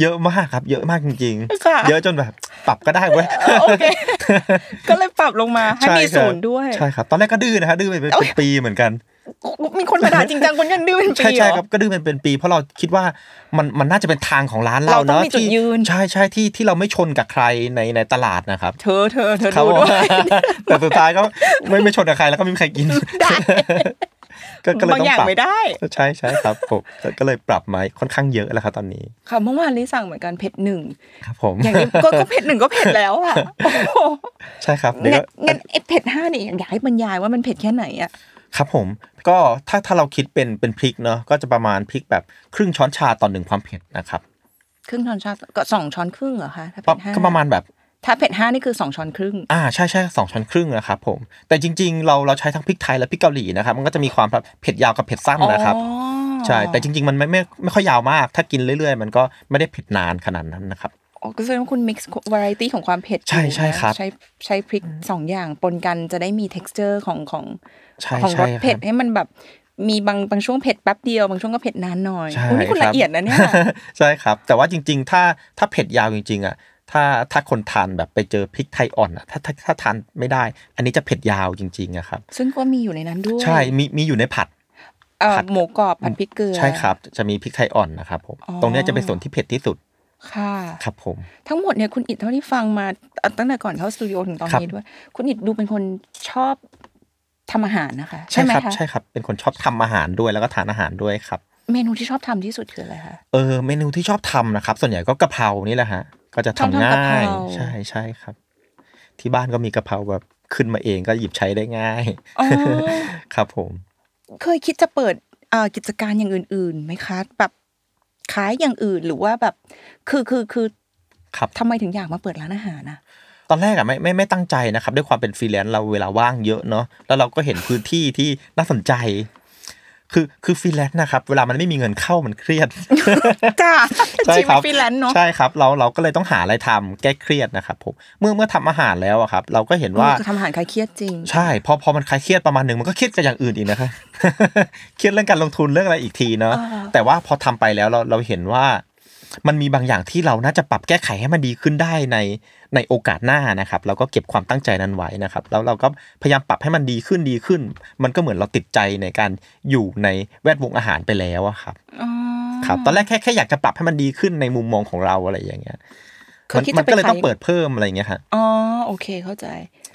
S4: เยอะมากครับ เยอะมากจริง
S3: ค่ะ
S4: ๆ เยอะจนแบบปรับก็ได้เว้ย
S3: โอเค ก็เลยปรับลงมาให้มี
S4: ช่ครับ
S3: ศูนย์ด้วย
S4: ใช่ครับ ตอนแรกก็ดื้อนะฮะดื้อไปเป็น
S3: โอ้ย
S4: ปีเหมือนกัน
S3: มีคนมาด่าจริงจังคนกันดื้อเป็นปี
S4: ใช่
S3: เหรอ
S4: ใช่ครับก็ดื้อเป็นเป็นปี เพราะเราคิดว่ามันมันน่าจะเป็นทางของร้านเรา
S3: เราต้อง
S4: เนาะ
S3: มีจุด
S4: ที่
S3: ยืน
S4: ใช่ใช่ที่ที่เราไม่ชนกับใครในในตลาดนะครับ
S3: เธอเธอเธอ
S4: ครับ
S3: ดู
S4: ผม
S3: ด้วย
S4: แต่สุดท้ายก็ ไม่ไม่ชนกับใครแล้วก็ไม่มีใคร กิน
S3: ได้
S4: ก็ก็เลย
S3: บาง
S4: ต้อ
S3: อง ย่าง
S4: ปรับ
S3: ไม่ได้
S4: ใช่ใช่ครับผมก็ก็เลยปรับมาค่อนข้างเยอะแล้วครับตอนนี้
S3: ค่ะเมื่อวานลิสั่งเหมือนกันเผ็ดหนึ่ง
S4: ครับผม
S3: อย่างนี้ ก็ก็เผ็ดหนึ่งก็เผ็ดแล้วอ่ะโอ้โห
S4: ใช่ครับเดี๋ยว
S3: งั้
S4: ก็
S3: นงั้นไอ้เผ็ดห้าเนี่ยอยากให้บรรยายว่ามันเผ็ดแค่ไหนอ่ะ
S4: ครับผมก็ถ้าถ้าเราคิดเป็นเป็นพริกเนาะก็จะประมาณพริกแบบครึ่งช้อนชาต่อหนึ่งความเผ็ดนะครับ
S3: ครึ่งช้อนชาก็สองช้อนครึ่งเหรอคะถ้า
S4: ก็
S3: เผ็ดห้า
S4: ก็ประมาณแบบ
S3: ถ้าเผ็ดห้านี่คือสองช้อนครึ่ง
S4: อ่าใช่ใช่สองช้อนครึ่งนะครับผมแต่จริงๆ เราเราใช้ทั้งพริกไทยและพริกเกาหลีนะครับมันก็จะมีความแบบเผ็ดยาวกับเผ็ดสั้นนะครับ
S3: อ๋อ
S4: ใช่แต่จริง ๆ มันไม่ไม่ไม่ค่อยยาวมาก ถ้ากินเรื่อย ๆ มันก็ไม่ได้เผ็ดนานขนาดนั้นนะครับ
S3: อ๋อก็แสดงว่าคุณ mix variety ของความเผ็ด
S4: ใช่
S3: อยู่
S4: ใช่
S3: นะครับ ใช้ใช้พริกสองอย่างปนกันจะได้มี texture ของของ
S4: ใช่
S3: ของรส
S4: ใช่ครับ
S3: เผ็ดให้มันแบบมีบางบางช่วงเผ็ดแป๊บเดียวบางช่วงก็เผ็ดนานหน่อย
S4: ใช่
S3: อุ๊ยนี่คุณ
S4: รับ
S3: ละเอียดนะเนี่ย
S4: ใช่ครับ แต่ว่าจริง ๆ ถ้าถ้าเผ็ดยาวจริงๆอ่ะถ้าถ้าคนทานแบบไปเจอพริกไทยอ่อนอ่ะถ้าถ้าถ้าทานไม่ได้ อันนี้จะเผ็ดยาวจริงๆอะครับ
S3: ซึ่งก็มีอยู่ในนั้นด้วย
S4: ใช่ มี มีอยู่ในผัด
S3: เอ่อ
S4: ผัด
S3: หมูกรอบผัดพริกเกลือ
S4: ใช่ครับ จะมีพริกไทยอ่อนนะครับผม
S3: อ๋อ
S4: ตรงเนี้ยจะเป็นส่วนที่เผ็ดที่สุด
S3: ค่ะ
S4: ครับผม
S3: ทั้งหมดเนี่ยคุณอิดเท่าที่ฟังมาเอาตั้งแต่ก่อนเข้าสตูดิโอถึงตอน
S4: ครับ
S3: นี้ด้วย คุณอิดดูเป็นคนชอบทำอาหารนะคะ ใช่
S4: ใช่
S3: ไหม
S4: ครับ
S3: คะ
S4: ใช่ครับ เป็นคนชอบทำอาหารด้วยแล้วก็ทานอาหารด้วยครับ
S3: เมนูที่ชอบทำที่สุดคืออะไรคะ
S4: เออ เมนูที่ชอบทำนะครับ ส่วนใหญ่ก็กะเพรานี่แหละฮะ ก็จะ
S3: ชอบ
S4: ทำ
S3: ทำกะ
S4: ง่า
S3: เพราย
S4: ใช่ ใช่ครับ ที่บ้านก็มีกะเพราแบบขึ้นมาเองก็หยิบใช้ได้ง่าย
S3: อ๋อ
S4: ครับผม
S3: เคยคิดจะเปิดเอ่อกิจการอย่างอื่นๆไหมคะ แบบขายอย่างอื่นหรือว่าแบบ คือคือคือ
S4: ครับ
S3: ทำไมถึงอยากมาเปิดร้านอาหารนะ
S4: ตอนแรกอะไม่ไม่ไม่ตั้งใจนะครับ ด้วยความเป็นฟรีแลนซ์เราเวลาว่างเยอะเนาะแล้วเราก็เห็นพื้นที่ที่น่าสนใจ คือคือฟรีแลนซ์นะครับ เวลามันไม่มีเงินเข้ามันเครียด
S3: จ้ า
S4: ใช่
S3: ชีวิ
S4: ครั
S3: ต
S4: บ
S3: ฟรีแลนซ์เนาะ
S4: ใช่ครับ เราเราก็เลยต้องหาอะไรทำแก้เครียดนะครับผมเมื่อเมื่อทำอาหารแล้วอะครับ เราก็เห็นว่า
S3: เออคือทำอาหารคลายเครียดจริง
S4: ใช่พอพอมันคลายเครียดประมาณหนึ่งมันก็เครียดกับอย่างอื่นอีกนะครับ เครียดเรื่องการลงทุนเรื่องอะไรอีกทีเนาะ
S3: อ่า
S4: แต่ว่าพอทำไปแล้วเราเราเห็นว่า มันมีบางอย่างที่เราน่าจะปรับแก้ไขให้มันดีขึ้นได้ในในโอกาสหน้านะครับเราก็เก็บความตั้งใจนั้นไว้นะครับ แล้วเราก็พยายามปรับให้มันดีขึ้นดีขึ้น มันก็เหมือนเราติดใจในการอยู่ในแวดวงอาหารไปแล้วอะครับ
S3: อ๋อ
S4: ครับตอนแรกแค่แค่อยากจะปรับให้มันดีขึ้นในมุมมองของเราอะไรอย่างเงี้ย
S3: เค
S4: มั
S3: ย
S4: น
S3: คิด
S4: มั
S3: จะ
S4: นก็เลย
S3: ไขา
S4: ต้องเปิดเพิ่มอะไรอย่างเงี้ยครับ
S3: อ๋อโอเคเข้าใจ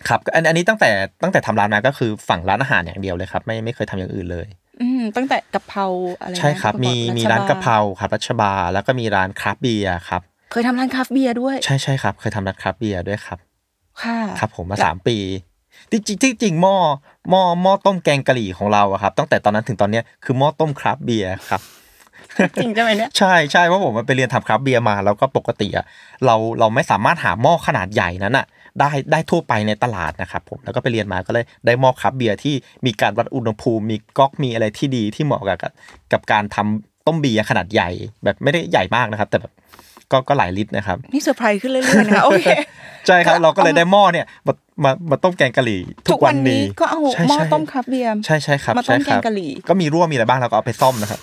S4: ครับก็อันอันนี้ตั้งแต่ตั้งแต่ทำร้านมาก็คือฝั่งร้านอาหารอย่างเดียวเลยครับไม่ไม่เคยทำอย่างอื่นเลย
S3: อืมตั้งแต่กะเพราอะไรนะ
S4: ใช่ครับ
S3: ที่
S4: มี
S3: อก
S4: มี
S3: ช
S4: ร้านกะเพราครับรัชบาร์แล้วก็มีร้านคราฟต์เบียร์ครับ
S3: เคยทำร้านคราฟต์เบียร์ด้วย
S4: ใช่ใช่ครับเคยทำร้านคราฟต์เบียร์ด้วยครับ
S3: ค่ะ
S4: ครับ ผมมาสามปีที่จริงที่จริงหม้อหม้อหม้อต้มแกงกะหรี่ของเราอะครับตั้งแต่ตอนนั้นถึงตอนเนี้ยคือหม้อต้มคราฟต์เบียร์ครับ
S3: จริงใช่ไหมเนี่ย
S4: ใช่ใช่เพราะผมมันไปเรียนทำคราฟต์เบียร์มาแล้วก็ปกติอะเราเราไม่สามารถหาหม้อขนาดใหญ่นั้นอะได้ได้ทั่วไปในตลาดนะครับผมแล้วก็ไปเรียนมาก็เลยได้หม้อคราฟต์เบียร์ที่มีการวัดอุณหภูมิ มีก๊อกมีอะไรที่ดีที่เหมาะกับกับกับการทำต้มเบียร์ขนาดใหญ่ แบบไม่ได้ใหญ่มากนะครับ แต่แบบก็ก็หลายลิตรนะครับ
S3: นี่เซอร์ไพรส์ขึ้นเรื่อยๆนะคะโอเค
S4: ใช่ครับเราก็เลย
S3: เอามา
S4: ได้หม้อเนี่ยมามามาต้มแกงกะหรี่ ทุ
S3: ทุ
S4: ก
S3: ก
S4: วั
S3: วัน น
S4: นี้
S3: นี้ก็เอา
S4: ใช่
S3: หม้อ
S4: ใช่
S3: ต้มคราฟต์เบียร์
S4: ใช่ใช่ครับ
S3: มาต้ม
S4: ใช่ครับ
S3: แกงกะหรี่
S4: ก็มีรั่วมีอะไรบ้างเราก็เอาไปซ่อมนะครับ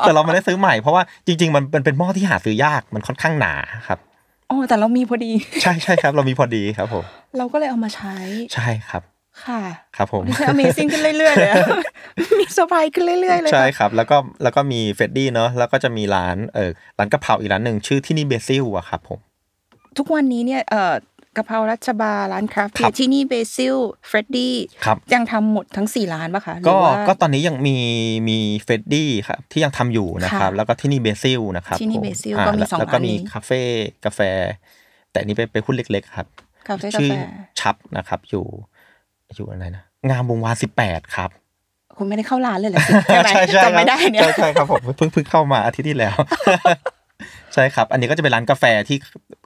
S4: แต่เราไม่ได้ซื้อใหม่เพราะว่าจริง ๆ มันมันเป็นหม้อที่หาซื้อยากมันค่อนข้างหนาครับ
S3: โอ้แต่เรามีพอดี
S4: ใช่ใช่ครับ เรามีพอดีครับผม
S3: เราก็เลยเอามาใช้
S4: ใช่ครับ
S3: ค่ะ
S4: ครับผม
S3: ดิฉัน Amazing ขึ้นเรื่อยๆเลย อะ มีเซอร์ไพรส์ขึ้นเรื่อยๆเลย
S4: ใช่
S3: ค่ะ
S4: ครับ แล้วก็แล้วก็มีเฟดดี้เนาะแล้วก็จะมีร้านเออร้านกะเพราอีกร้านหนึ่งชื่อที่นี่เบซิลอะครับผม
S3: ทุกวันนี้เนี่ยเอ่อกะเพรารัชบาร้านคราฟต์เบีย
S4: ครั
S3: ร์
S4: บ
S3: ที่นี่เบซิลเฟรดดี้
S4: ครับ
S3: ยังทำหมดทั้งสี่ร้านปะคะหรื
S4: ก็
S3: อว่า
S4: ก็ตอนนี้ยังมีมีเฟดดี้ครับที่ยังทำอยู่นะครับ
S3: ค่ะ
S4: แล้วก็ที่นี่เบซิลนะครับ
S3: ที่นี่
S4: ผม
S3: Basil
S4: า
S3: ก็มีสอง
S4: แล้วก็
S3: ร้านนี้
S4: มีคาเฟ่กาแฟ แต่อันนี้ไปไปหุ้นเล็กๆครับ
S3: คาเฟ่กา
S4: ชื่อ
S3: แฟ
S4: ชับนะครับอยู่อยู่อะไรนะงามวงวานสิบแปดครับ
S3: คุณไม่ได้เข้าร้านเลยเหรอใช่ไหม
S4: ครับ
S3: จำไม่ได้เนี่ย
S4: ใช่ใช่ครับผมเพิ่งเพิ่งเข้ามาอาทิตย์ที่แล้ว ใช่ครับ อันนี้ก็จะเป็นร้านกาแฟที่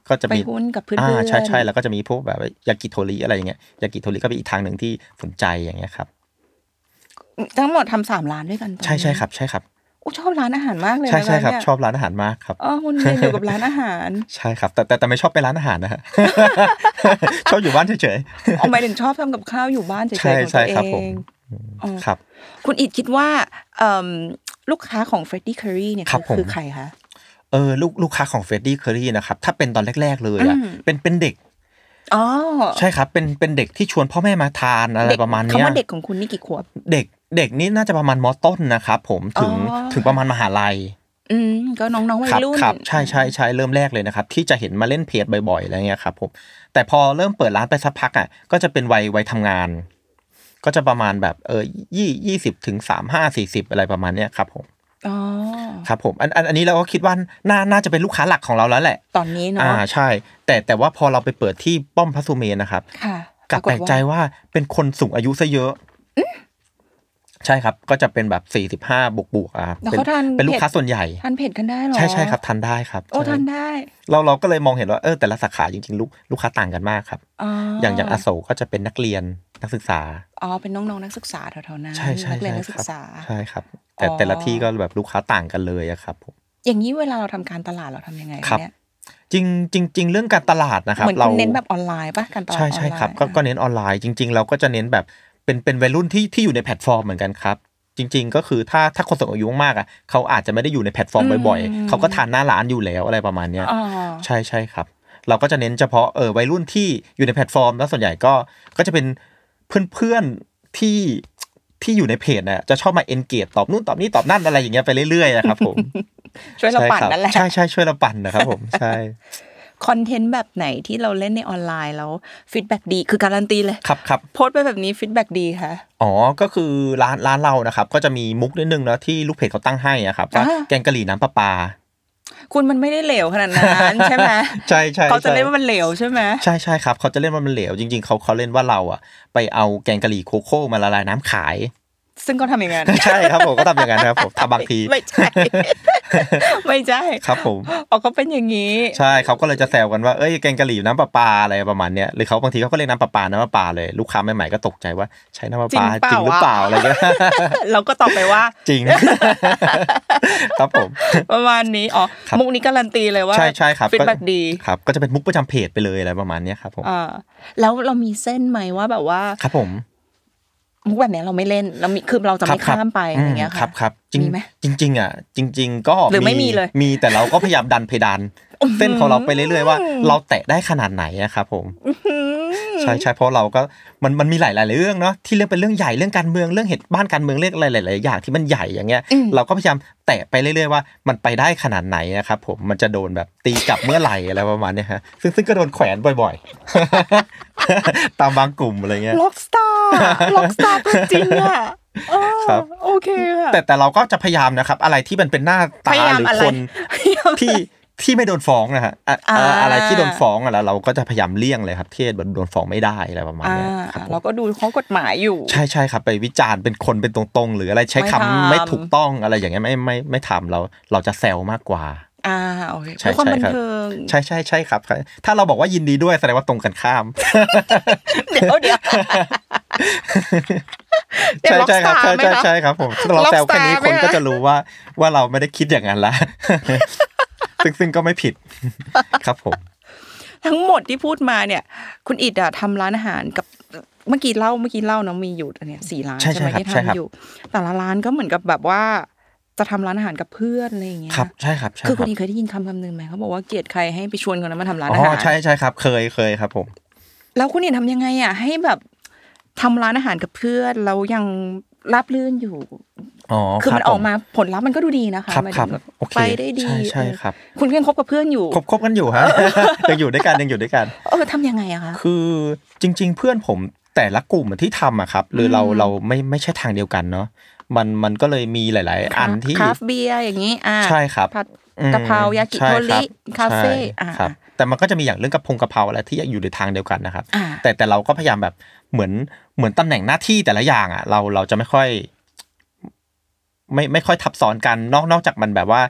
S4: ก็จะ
S3: ไป
S4: มี
S3: หุ้นกับเพื่อน
S4: อ่า
S3: ๆ
S4: ใช่ใช่แล้วก็จะมีพวกแบบว่ายากิโทริอะไรอย่างเงี้ยยากิโทริก็เป็นอีกทางหนึ่งที่สนใจอย่างเงี้ยครับ
S3: ทั้งหมดทำสามร้านด้วยกันตอนนี้
S4: ใช่ใช่ครับใช่ครับ
S3: อู้ชอบร้านอาหารมากเลยนะ
S4: ใช่ใช่ครั
S3: าน
S4: บ
S3: เนี่ย
S4: ชอบร้านอาหารมากครับ
S3: อ๋อวนเวียนอยู่กับร้านอาหาร
S4: ใช่ครับ แต่แต่แต่ไม่ชอบไปร้านอาหารนะฮ ะ ชอบอยู่บ้านเฉย
S3: เอาหมายถึงชอบทำกับข้าวอยู่บ้านเฉย
S4: ใช่
S3: ๆของ
S4: ใช่ครั
S3: ตั
S4: บ
S3: ว
S4: ผ
S3: เอ
S4: ม
S3: ง อ๋อ
S4: ๆครับ
S3: คุณอิดคิดว่าเอิ่มลูกค้าของเฟรดดี้เคอรี่เนี่ย
S4: ครับผม
S3: คือใครคะ
S4: เออลูกลูกค้าของเฟรดดี้เคอรี่นะครับถ้าเป็นตอนแรก ๆ เลยอะ
S3: อืม
S4: เป็นเป็นเด็ก
S3: อ๋อ
S4: ใช่ครับเป็นเป็นเด็กที่ชวนพ่อแม่มาทานอะไร
S3: เด็ก
S4: ประมาณเนี้ย
S3: คำว่าเด็กของคุณนี่กี่ขวบ
S4: เด็ก เด็กนี่น่าจะประมาณมต้นนะครับผมถึง
S3: อ๋อ
S4: ถึงประมาณมหาลัย
S3: อืมก็น้องๆวัย
S4: ครับ
S3: รุ่น
S4: ครับใช่ใช่ใช่เริ่มแรกเลยนะครับ ที่จะเห็นมาเล่นเพจบ่อยๆอะไรเงี้ยครับผมแต่พอเริ่มเปิดร้านไปสักพักอ่ะก็จะเป็นวัยวัยทำงาน ก็จะประมาณแบบเออยี่ยี่สิบถึงสามห้าสี่สิบอะไรประมาณเนี้ยครับผม
S3: อ๋อ
S4: ครับผมอันอันอันนี้เราก็คิดว่าน่าน่าจะเป็นลูกค้าหลักของเราแล้วแหละ
S3: ตอนนี้เนาะ
S4: อ่าใช่ แต่แต่ว่าพอเราไปเปิดที่ป้อมพระสุเมนนะครับ
S3: ค่ะ
S4: กลับแปลกใจ
S3: ราฏว่า
S4: ว่าเป็นคนสูงอายุซะเยอะ ใช่ครับ ก็จะเป็นแบบสี่สิบห้าบวกบวกๆอ่ะครับ
S3: แล้ว
S4: เป็น
S3: เขาทาน
S4: เป็นลูกค้า
S3: ผ็ด
S4: ส่วนใหญ่
S3: ทานเผ็ดกันได้เหรอ
S4: ใช่ใช่ครับทันได้ครับ
S3: โอ้
S4: ใช่
S3: ทานได้
S4: เราเราก็เลยมองเห็นว่าเออแต่ละสาขาจริงๆลูกลูกค้าต่างกันมากครับ
S3: อ๋อ
S4: อ
S3: อย่าง
S4: อย่างอโศกก็จะเป็นนักเรียนนักศึกษา
S3: อ๋อเป็นน้องๆนักศึกษาแถวๆนั้น
S4: ใช่ใช่
S3: นักเรียนนักศึ
S4: ใช่
S3: กษา
S4: ครับใช่ครับ แต่
S3: อ๋อ
S4: แต่ละที่ก็แบบลูกค้าต่างกันเลยอะครับผม
S3: อย่างนี้เวลาเราทำการตลาดเราทำยังไงะ
S4: ครับ
S3: เนี่ย
S4: จริงจริงจริงเรื่องการตลาดนะครับ
S3: เหมือนคุณเน้นแบบออนไลน์ปะการตลาดออน
S4: ใช่
S3: ไลน์
S4: ใช่ครับก็ก็เน้นออนไลน์จริง ๆ เราก็จะเน้นแบบเป็นเป็นวัยรุ่นที่ที่อยู่ในแพลตฟอร์มเหมือนกันครับ จริง ๆ ก็คือถ้าถ้าคนสูงอายุมากอ่ะเขาอาจจะไม่ได้อยู่ในแพลตฟอร์มบ่อยๆเขาก็ทานหน้าร้านอยู่แล้วอะไรประมาณเนี้ย
S3: อ๋อ
S4: ใช่ใช่ครับ เราก็จะเน้นเฉพาะเออวัยรุ่นที่อยู่ในแพลตฟอร์ม แล้วส่วนใหญ่ก็ก็จะเป็นเพื่อนๆที่ที่อยู่ในเพจนะจะชอบมาเอนเกตตอบนู่นตอบนี่ตอบนั่นอะไรอย่างเงี้ยไปเรื่อยๆนะครับผม
S3: ช่วยเราปั่นนั่นแหละ
S4: ใช่ครับใช่ๆช่วยเราปั่นนะครับผมใช่
S3: คอนเทนต์แบบไหนที่เราเล่นในออนไลน์แล้วฟีดแบ็ดีคือการันตีเลย
S4: ครับครับ
S3: โพสต์ไปแบบนี้ฟีดแบ็ดีค่ะ
S4: อ๋อ ก็คือร้านร้านเรานะครับ ก็จะมีมุกนิดนึงนะที่ลูกเพจเขาตั้งให้อะครับว่า
S3: อ่า
S4: แกงกะหรี่น้ำปลาปลา
S3: คุณมันไม่ได้เหลวขนาดนั้นใช่ไหม
S4: ใช่ใช่
S3: เขาจะ
S4: ใช่
S3: เรียกว่ามันเหลวใช่ไหม
S4: ใช่ใช่ครับเขาจะเล่นว่ามันเหลวจริง ๆเขาเขาเล่นว่าเราอะไปเอาแกงกะหรี่โคโค่มาละลายน้ำขาย
S3: ซึ่งก็ทำอย่างนั้น
S4: ใช่ครับผมก็ทำอย่างนั้นนะครับผมทำบางที
S3: ไม่ใช่ ไม่ใช่
S4: ครับผม
S3: ออกก็เป็นอย่างนี้
S4: ใช่เขาก็เลยจะแซวกันว่าเอ้ยแกงกะหรี่น้ำปลาปลาอะไรประมาณเนี้ยหรือเขาบางทีเขาก็เรียกน้ำปลาปลาน้ำปลาปลาเลยลูกค้าใหม่ๆก็ตกใจว่าใช้น้ำปลาปลาจ
S3: จริ
S4: ริง
S3: ง
S4: ห
S3: เปล่า
S4: รือเปล่าอะไรเงี้ย
S3: เราก็ตอบไปว่า
S4: จริง ครับผม
S3: ประมาณนี้อ๋อ
S4: ครับ
S3: มุกนี้การันตีเลยว่า
S4: ใช่ใช่ครับ
S3: ฟีด
S4: ก็
S3: แบ็ดี
S4: ครับ ก็จะเป็นมุกประจำเพจไปเลยอะไรประมาณเนี้ยครับผม
S3: อ่าแล้วเรามีเส้นไหมว่าแบบว่า
S4: ครับผม
S3: มุกแบบเนี้ยเราไม่เล่นเรามีคือเราจะ
S4: ครั
S3: ไม่
S4: บครับ
S3: ข้ามไปอะไรอย่างเงี้ย
S4: มครั
S3: ค่ะ
S4: บครับจริง
S3: มีไหม
S4: จริง ๆ อ่ะ จริง ๆ ก็
S3: หรือไม่มีเลย
S4: มีแต่เราก็พยายามดันเพดานเส้นของเราไปเรื่อยๆว่า เราแตะได้ขนาดไหนนะครับผม
S3: อืม
S4: ใช่ใช่เพราะเราก็มันมันมีหลายๆเรื่องเนาะที่เรื่องเป็นเรื่องใหญ่เรื่องการเมืองเรื่องเหตุบ้านการเมืองเรื่องอะไรหลายๆอย่างที่มันใหญ่อย่างเงี้ย เราก็พยายามแตะไปเรื่อยๆว่ามันไปได้ขนาดไหนนะครับผมมันจะโดนแบบตีกลับเมื่อไหร่อะไรประมาณเนี้ยฮะซึ่งซึ่งก็โดนแขวนบ่อยๆ ตามบางกลุ่มอะไรเงี้ย
S3: ล็อกสตาร์ล็อกสตาร์ตัวจริงอ่ะเออ
S4: ครับ
S3: โอเคค่ะ
S4: แต่แต่เราก็จะพยายามนะครับ อะไรที่มันเป็นหน้าตา
S3: พยายา
S4: ห
S3: ม
S4: รือ
S3: อะไร
S4: คน
S3: พยายาม
S4: ที่ที่ไม่โดนฟ้องนะฮะอะ
S3: อ่า
S4: อะอะไรที่โดนฟ้องอะแล้วเราก็จะพยายามเลี่ยงเลยครับที่โดนฟ้องไม่ได้อะไรประมาณ
S3: อ่า
S4: เนี้ยครับผม
S3: เราก็ดูข้อกฎหมายอยู่
S4: ใช่ใช่ครับ ไปวิจารณ์เป็นคนเป็นตรงๆ หรืออะไรใช้คำ
S3: ไม่ทำ
S4: ไม่ถูกต้องอะไรอย่างเงี้ยไม่ไม่ไม่ทำเราเราจะแซวมากกว่า
S3: อ่าโอเค
S4: ใช่
S3: เพื่อความ
S4: ใช่
S3: บัน
S4: ครับ
S3: เทิง
S4: ใช่ใช่ใช่ครับ ถ้าเราบอกว่ายินดีด้วยแสดงว่าตรงกันข้าม
S3: เดี๋ยวเดี๋ยวเดี๋ยว
S4: ใช่
S3: ล็อกส
S4: ใช่ครับ
S3: ตาร์ไหมคะ
S4: ใช่ใช่ใช่ครับผมเราแซวแค่นี้
S3: Rockstar ไหม
S4: คนก็
S3: คะ
S4: จะรู้ว่าว่าเราไม่ได้คิดอย่างนั้นละ ซึ่งซึ่งก็ไม่ผิด ครับผม
S3: ทั้งหมดที่พูดมาเนี่ย คุณอิดอะทำร้านอาหารกับเมื่อกี้เล่าเมื่อกี้เล่าเนาะมีอยู่เนี่ยสี่ร้าน
S4: ใช่
S3: ใช่
S4: ใช่
S3: ไหม
S4: ครับ
S3: ที่
S4: ใช่ครั
S3: ทำ
S4: บ
S3: อยู่ แต่ละร้านก็เหมือนกับแบบว่า จะทำร้านอาหารกับเพื่อนอะไรอย่างเงี้ย
S4: ครับใช่ครับใช่
S3: คือ
S4: ค
S3: คุ
S4: รั
S3: ณ
S4: บ
S3: อิดเคยได้ยินคำคำหนึ่งไหมเขาบอกว่าเกลียดใครให้ไปชวนคนนั้นมาทำร้าน
S4: อ๋
S3: อาหา
S4: อ
S3: ร
S4: ใช่ใช่ครับ เคยเคยครับผม
S3: แล้วคุณอิดทำยังไงอะให้แบบทำร้านอาหารกับเพื่อนแล้วยังราบรื่นอยู่
S4: อ๋อ
S3: คือมัน
S4: รับ
S3: ออกมาผลลัพธ์มันก็ดูดีนะคะ
S4: ครับ
S3: หมาย
S4: ค
S3: ถึ
S4: รับ
S3: งแบบ
S4: โอเค
S3: ไปได้ดี
S4: ใช่ใช่
S3: เออ
S4: ครับ
S3: คุณก็ยังคบกับเพื่อนอยู่
S4: คบคบกันอยู่ฮะ ยังอยู่ด้วยกันยังอยู่ด้วยกัน
S3: เออทำยังไงอะคะ
S4: คือจริง ๆ เพื่อนผมแต่ละกลุ่มที่ทำอะครับ หรือเรา
S3: อืม
S4: เราไม่ไม่ใช่ทางเดียวกันเนาะมันมันก็เลยมีหลาย ๆ อันที่
S3: คราฟเบียร์อย่างนี้อ่า
S4: ใช่ครับ
S3: ผัด
S4: อืม
S3: กะเพรายากิ
S4: ใช่
S3: โท
S4: รั
S3: ริ
S4: บ
S3: คาเฟ่
S4: ใช่
S3: อ่า
S4: ครับแต่มันก็จะมีอย่างเรื่องกระพงกะเพราอะไรที่อยู่ในทางเดียวกันนะครับ
S3: อ่า
S4: แต่แต่เราก็พยายามแบบเหมือนเหมือนตำแหน่งหน้าที่แต่ละอย่างอ่ะ เราเราจะไม่ค่อย ไม่ไม่ค่อยทับซ้อนกันนอกนอกจากมันแบบว่า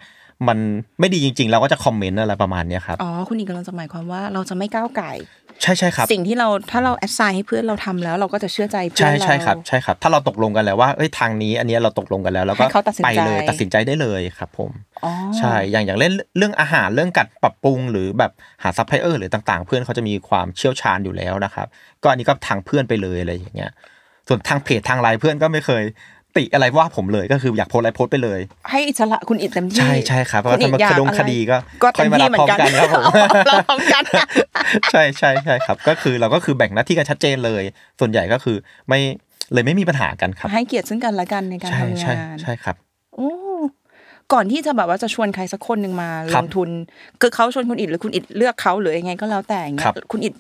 S4: มันไม่ดีจริง ๆ เราก็จะคอมเมนต์อะไรประมาณเนี้ยครับ
S3: อ๋อ คุณอีกกำลังจะหมายความว่าเราจะไม่ก้าวไก่าย
S4: ใช่ใช่ครับ
S3: สิ่งที่เราถ้าเราแอดไซน์ให้เพื่อนเราทำแล้ว เราก็จะเชื่อใจเพื่อ
S4: ใช่
S3: นเรา
S4: ใช่ครับ ใช่ครับ ถ้าเราตกลงกันแล้วว่าเอ้ยทางนี้ อันเนี้ยเราตกลงกันแล้ว แล้วก็
S3: ให้เขาตัดสินใจ
S4: ไปเลยตัดสินใจได้เลยครับ ผม
S3: อ๋อ
S4: ใช่ อย่างอย่างเล่นเรื่องอาหารเรื่องการปรับปรุงหรือแบบหาซัพพลายเออร์หรือต่าง ๆ เพื่อนเขาจะมีความเชี่ยวชาญอยู่แล้วนะครับ ก็อันนี้ก็ทางเพื่อนไปเลยอะไรอย่างเงี้ย ส่วนทางเพจทางไลน์เพื่อนก็ไม่เคย ติอะไรว่าผมเลยก็คืออยากโพสต์อะไรโพสต์ไปเลย
S3: ให้อิสระคุณอิดเต็มที่
S4: ใช่ใช่ครับเพราะ
S3: ณ
S4: ว่า
S3: อิด
S4: ถ้ามัน
S3: อยา
S4: ค
S3: ก
S4: ดง
S3: อะไร
S4: คดีก็
S3: ก็
S4: ค่
S3: เต็
S4: อ
S3: ม
S4: ยมา
S3: ที่
S4: รับ
S3: เหมื
S4: พร้
S3: อ
S4: อ
S3: น
S4: ม
S3: กัน
S4: กันครับผม
S3: เราพร้อมกัน
S4: ใช่ใช่ใช่ครับ ก็คือเราก็คือแบ่งหน้าที่กันชัดเจนเลย ส่วนใหญ่ก็คือไม่ เลยไม่มีปัญหากันครับ
S3: ให้เกียรติซึ่งกันและกันในการ
S4: ใช่
S3: ทำ
S4: ใช่
S3: งาน
S4: ใช่ครับ
S3: โอ้ก่อนที่จะแบบว่าจะชวนใครสักคนหนึ่งมา
S4: ค
S3: ล
S4: รับ
S3: งทุน คือเขาชวนคุณอิดหรือคุณอิดเลือกเขาหรือยังไงก็แล้วแต่อย่างเงี้
S4: ครั
S3: ย
S4: บ
S3: คุณอิด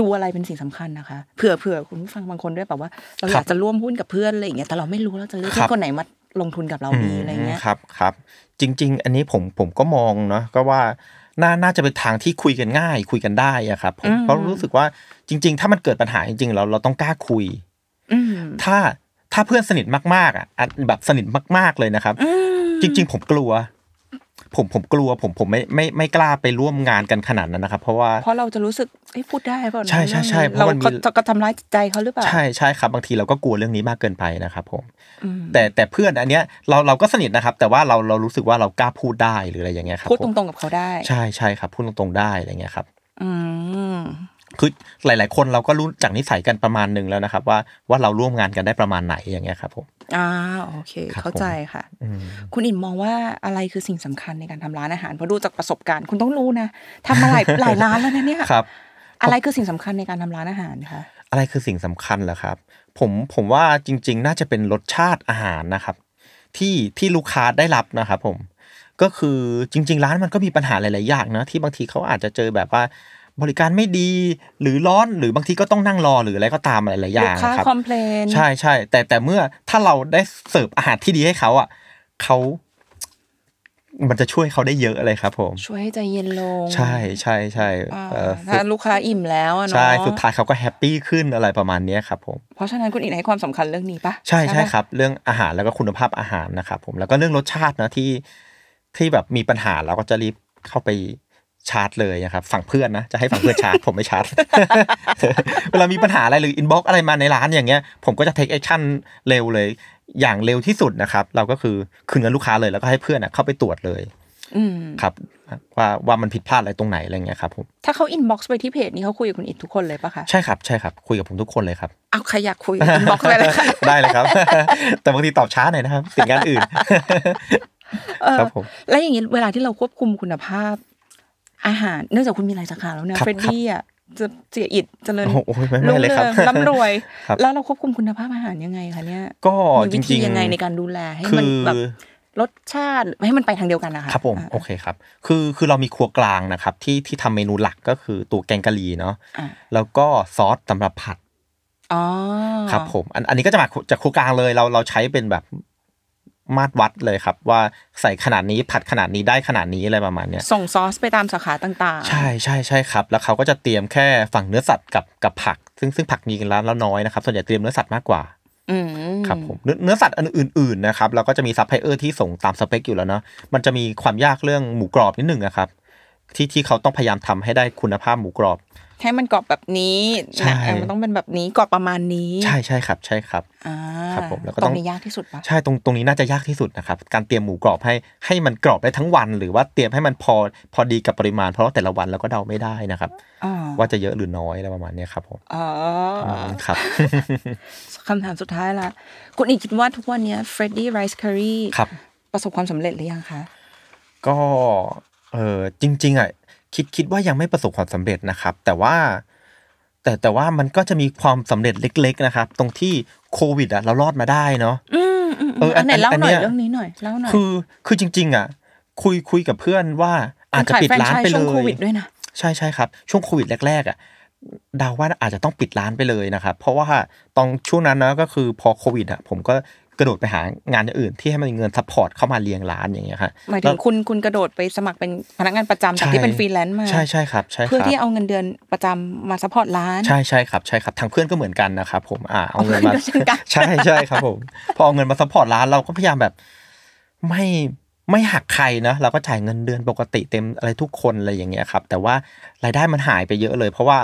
S3: ดูอะไรเป็นสิ่งสำคัญนะคะเผื่อเผื่อคุณผู้ฟังบางคนด้วยแบบว่า เรา
S4: ค
S3: อ
S4: รั
S3: ยา
S4: บ
S3: กจะร่วมหุ้นกับเพื่อนอะไรอย่างเงี้ยแต่เราไม่รู้เราจะเลือก
S4: ครับ
S3: ให้คนไหนมาลงทุนกับเราดีอะไรเงี้ย
S4: มครับครับจริง ๆ อันนี้ผมผมก็มองเนาะก็ว่าน่าน่าจะเป็นทางที่คุยกันง่าย คุยกันได้อะครับผม
S3: อืม
S4: เพราะรู้สึกว่าจริง ๆ ถ้ามันเกิดปัญหาจริง ๆ เราเราต้องกล้าคุย
S3: อืม
S4: ถ้าถ้าเพื่อนสนิทมากๆอ่ะอันแบบสนิทมาก ๆเลยนะครับ
S3: อืม
S4: จริง ๆ ผมกลัว ผมผมกลัวผมผมไม่ไม่ไม่กล้าไปร่วมงานกันขนาดนั้นนะครับ เพราะว่า
S3: เพราะเราจะรู้สึกเอ้ยพูดได้เปล่านะ
S4: ใช่ใช่ใช่
S3: เรื่องนี้
S4: เพราะมันมี
S3: เราก็ทำร้ายจิตใจเขาหรือเปล่า
S4: ใช่ใช่ครับบางทีเราก็กลัวเรื่องนี้มากเกินไปนะครับผม
S3: อืม
S4: แต่แต่เพื่อนอันเนี้ยเราเราก็สนิทนะครับ แต่ว่าเราเรารู้สึกว่าเรากล้าพูดได้หรืออะไรอย่างเงี้ยครับ
S3: พูด
S4: ผ
S3: ตร
S4: ม
S3: งๆกับเขาได้
S4: ใช่ใช่ครับพูดตรงๆได้อะไรเงี้ยครับ
S3: อืม
S4: คือหลาย ๆ คนเราก็รู้จากนิสัยกันประมาณหนึ่งแล้วนะครับ ว่าว่าเราร่วมงานกันได้ประมาณไหนอย่างเงี้ยครับผม
S3: อ่าโอเค
S4: ครับ
S3: เข้าใจค่ะ
S4: อืม
S3: คุณอินมองว่าอะไรคือสิ่งสำคัญในการทำร้านอาหารเพราะดูจากประสบการณ์คุณต้องรู้นะทำมาหลาย หลายร้านแล้วนะเนี่ย
S4: ครับ
S3: อะไรคือสิ่งสำคัญในการทำร้านอาหารคะ
S4: อะไรคือสิ่งสำคัญเหรอครับ ผมผมว่าจริง ๆ น่าจะเป็นรสชาติอาหารนะครับ ที่ที่ลูกค้าได้รับนะครับผม ก็คือจริง ๆ ร้านมันก็มีปัญหาหลายๆอย่างนะที่บางทีเขาอาจจะเจอแบบว่า บริการไม่ดีหรือร้อนหรือบางทีก็ต้องนั่งรอหรืออะไรก็ตามหลายๆอ
S3: ลู
S4: ย่าก ง
S3: ค้า
S4: นะครับ
S3: คอมเพลน
S4: ใช่ใช่แต่แต่เมื่อถ้าเราได้เสิร์ฟอาหารที่ดีให้เขาอ่ะเขามันจะช่วยเขาได้เยอะเลยครับ ผม
S3: ช่วยให้ใจเย็นลง
S4: ใช่ใช่ใช่
S3: อ่า
S4: เอ่อ
S3: ถ้าลูกค้าอิ่มแล้วอะเนาะ
S4: ใช่สุดท้ายเขาก็แฮปปี้ขึ้นอะไรประมาณเนี้ยครับ ผม
S3: เพราะฉะนั้นคุณอินให้ความสำคัญเรื่องนี้ปะ
S4: ใช่ใช่
S3: ปะ
S4: ครับ เรื่องอาหารแล้วก็คุณภาพอาหารนะครับ ผมแล้วก็เรื่องรสชาตินะที่ที่แบบมีปัญหาเราก็จะรีบเข้าไปชาร์จเลยนะครับฝั่งเพื่อนนะจะให้ฝั่งเพื่อนชา ร์จ ผมไม่ชาร์จ เวลามีปัญหาอะไรหรืออินบ็อกอะไรมาในร้านอย่างเงี้ย ผมก็จะเทคแอคชั่นเร็วเลย อย่างเร็วที่สุดนะครับ เราก็คือคืนเงินลูกค้าเลยแล้วก็ให้เพื่อนอะเข้าไปตรวจเลย
S3: อืม
S4: ครับว่าว่ามันผิดพลาดอะไรตรงไหนอะไรเงี้ยครับผม
S3: ถ้าเขาอินบ็อกซ์ไปที่เพจนี้เขาคุยกับคุณอินทุกคนเลยปะคะ
S4: ใช่ครับใช่ครับคุยกับผมทุกคนเลยครับ
S3: เอาใครอยากคุย อินบ็อกซ์ไปเลยค่ะ
S4: ได้เลยครับ แต่บางทีตอบช้าหน่อยนะครับติดงานอื่น
S3: เออ
S4: ครับผม
S3: แล้วอย่างนี้เวลาที่เราควบคุมคุณภาพ อาหารเนื่องจากคุณมีหลายสาขาแล้วเนี่ย
S4: ครับ
S3: เฟรดดี้อ่ะจะเสียอิดเจริญ
S4: โอ้โหไม่ไม่เลยครับ
S3: งองร่ำรวย
S4: ครับ
S3: แล้วเราควบคุมคุณภาพอาหารยังไงคะเนี่ย
S4: ก็
S3: มี
S4: จ
S3: วิธี
S4: ริงๆ
S3: ยังไงในการดูแลให้
S4: คื
S3: มัน
S4: อ
S3: แบบรสชาติให้มันไปทางเดียวกันนะคะ
S4: ครับผม
S3: อ่ะ
S4: โอเคครับ คือคือเรามีครัวกลางนะครับ ที่ที่ทำเมนูหลักก็คือตัวแกงกะหรี่เนาะ
S3: อ่ะ
S4: แล้วก็ซอสสำหรับผัด
S3: อ๋อ
S4: ครับผมอันอันนี้ก็จะมาจากครัวกลางเลยเราเราใช้เป็นแบบมาตรวัดเลยครับ ว่าใส่ขนาดนี้ผัดขนาดนี้ได้ขนาดนี้อะไรประมาณเนี้ย
S3: ส่งซอสไปตามสาขาต่างๆ
S4: ใช่ใช่ใช่ครับ แล้วเขาก็จะเตรียมแค่ฝั่งเนื้อสัตว์กับกับผัก ซึ่งซึ่งผักมีกันร้านแล้วน้อยนะครับส่วนใหญ่เตรียมเนื้อสัตว์มากกว่า
S3: อืม
S4: ครับผมเนื้อเนื้อสัตว์อันอื่นๆนะครับเราก็จะมีซัพพลายเออร์ที่ส่งตามสเปคอยู่แล้วเนาะมันจะมีความยากเรื่องหมูกรอบนิดหนึ่งนะครับ ที่ที่เขาต้องพยายามทำให้ได้คุณภาพหมูกรอบ
S3: ให้มันกรอบแบบนี้
S4: ใช่
S3: นะเออมันต้องเป็นแบบนี้กรอบประมาณนี้
S4: ใช่ใช่ครับ ใช่ครับ
S3: อ่า
S4: ครับผมแล้ว
S3: ต
S4: ก็ต้
S3: ร
S4: อง
S3: งนี้ยากที่สุดปะ
S4: ใช่ตรงตรงนี้น่าจะยากที่สุดนะครับ การเตรียมหมูกรอบให้ให้มันกรอบได้ทั้งวัน หรือว่าเตรียมให้มันพอพอดีกับปริมาณ เพราะว่าแต่ละวันเราก็เดาไม่ได้นะครับ
S3: อ่า
S4: ว่าจะเยอะหรือน้อยอะไรประมาณเนี้ยครับผม
S3: อ๋ออ
S4: มครับ
S3: คำถามสุดท้ายละคุณอีกคิดว่าทุกวันเนี้เฟรดดี้ไรซ์คารี
S4: ครับ
S3: ประสบความสำเร็จหรือยังคะ
S4: ก็เออจริง ๆอ่ะคิดคิดว่ายังไม่ประสบความสำเร็จนะครับ แต่ว่า แต่แต่ว่ามันก็จะมีความสำเร็จเล็ก ๆ นะครับ ตรงที่โควิดอ่ะเรารอดมาได้เนาะ
S3: อืมอืม
S4: เอออั
S3: อั
S4: น
S3: นไหนเล่าหน่อย
S4: อันเนี้ย
S3: เรื่องนี้หน่อยเล่าหน่อย
S4: คือคือจริง ๆ อ่ะ คุยคุยกับเพื่อนว่าอาจจะ
S3: ขย
S4: ปิด
S3: แฟ
S4: ร้าน
S3: ชส์
S4: ไปเล
S3: ช่วงโควิ
S4: ย
S3: ดด้วยนะ
S4: ใช่ใช่ครับ ช่วงโควิดแรกๆอ่ะเดาว่าอาจจะต้องปิดร้านไปเลยนะครับ เพราะว่าตอนช่วงนั้นนะก็คือพอโควิดอ่ะผมก็กระโดดไปหางานอย่างอื่น ที่ให้มันมีเงินซัพพอร์ตเข้ามาเลี้ยงร้านอย่างเงี้ยครับ
S3: หมายถึงคุณคุณกระโดดไปสมัครเป็นพนักงานประจำจากที่
S4: ใช่
S3: เป็นฟรีแลนซ์มา
S4: ใช่ใช่ครับใช่ครับ
S3: เพื่อที่เอาเงินเดือนประจำมาซัพพอร์ตร้าน
S4: ใช่ใช่ครับใช่ครับทางเพื่อนก็เหมือนกันนะครับผมอ่าเอาเงินมา
S3: เอาเพื่อนก็เช่นกัน
S4: ใช่ใช่ครับผม พอเอาเงินมาซัพพอร์ตร้านเราก็พยายามแบบ ไม่ไม่หักใครนะเราก็จ่ายเงินเดือนปกติเต็มอะไรทุกคนอะไรอย่างเงี้ยครับ แต่ว่ารายได้มันหายไปเยอะเลย เพราะว่า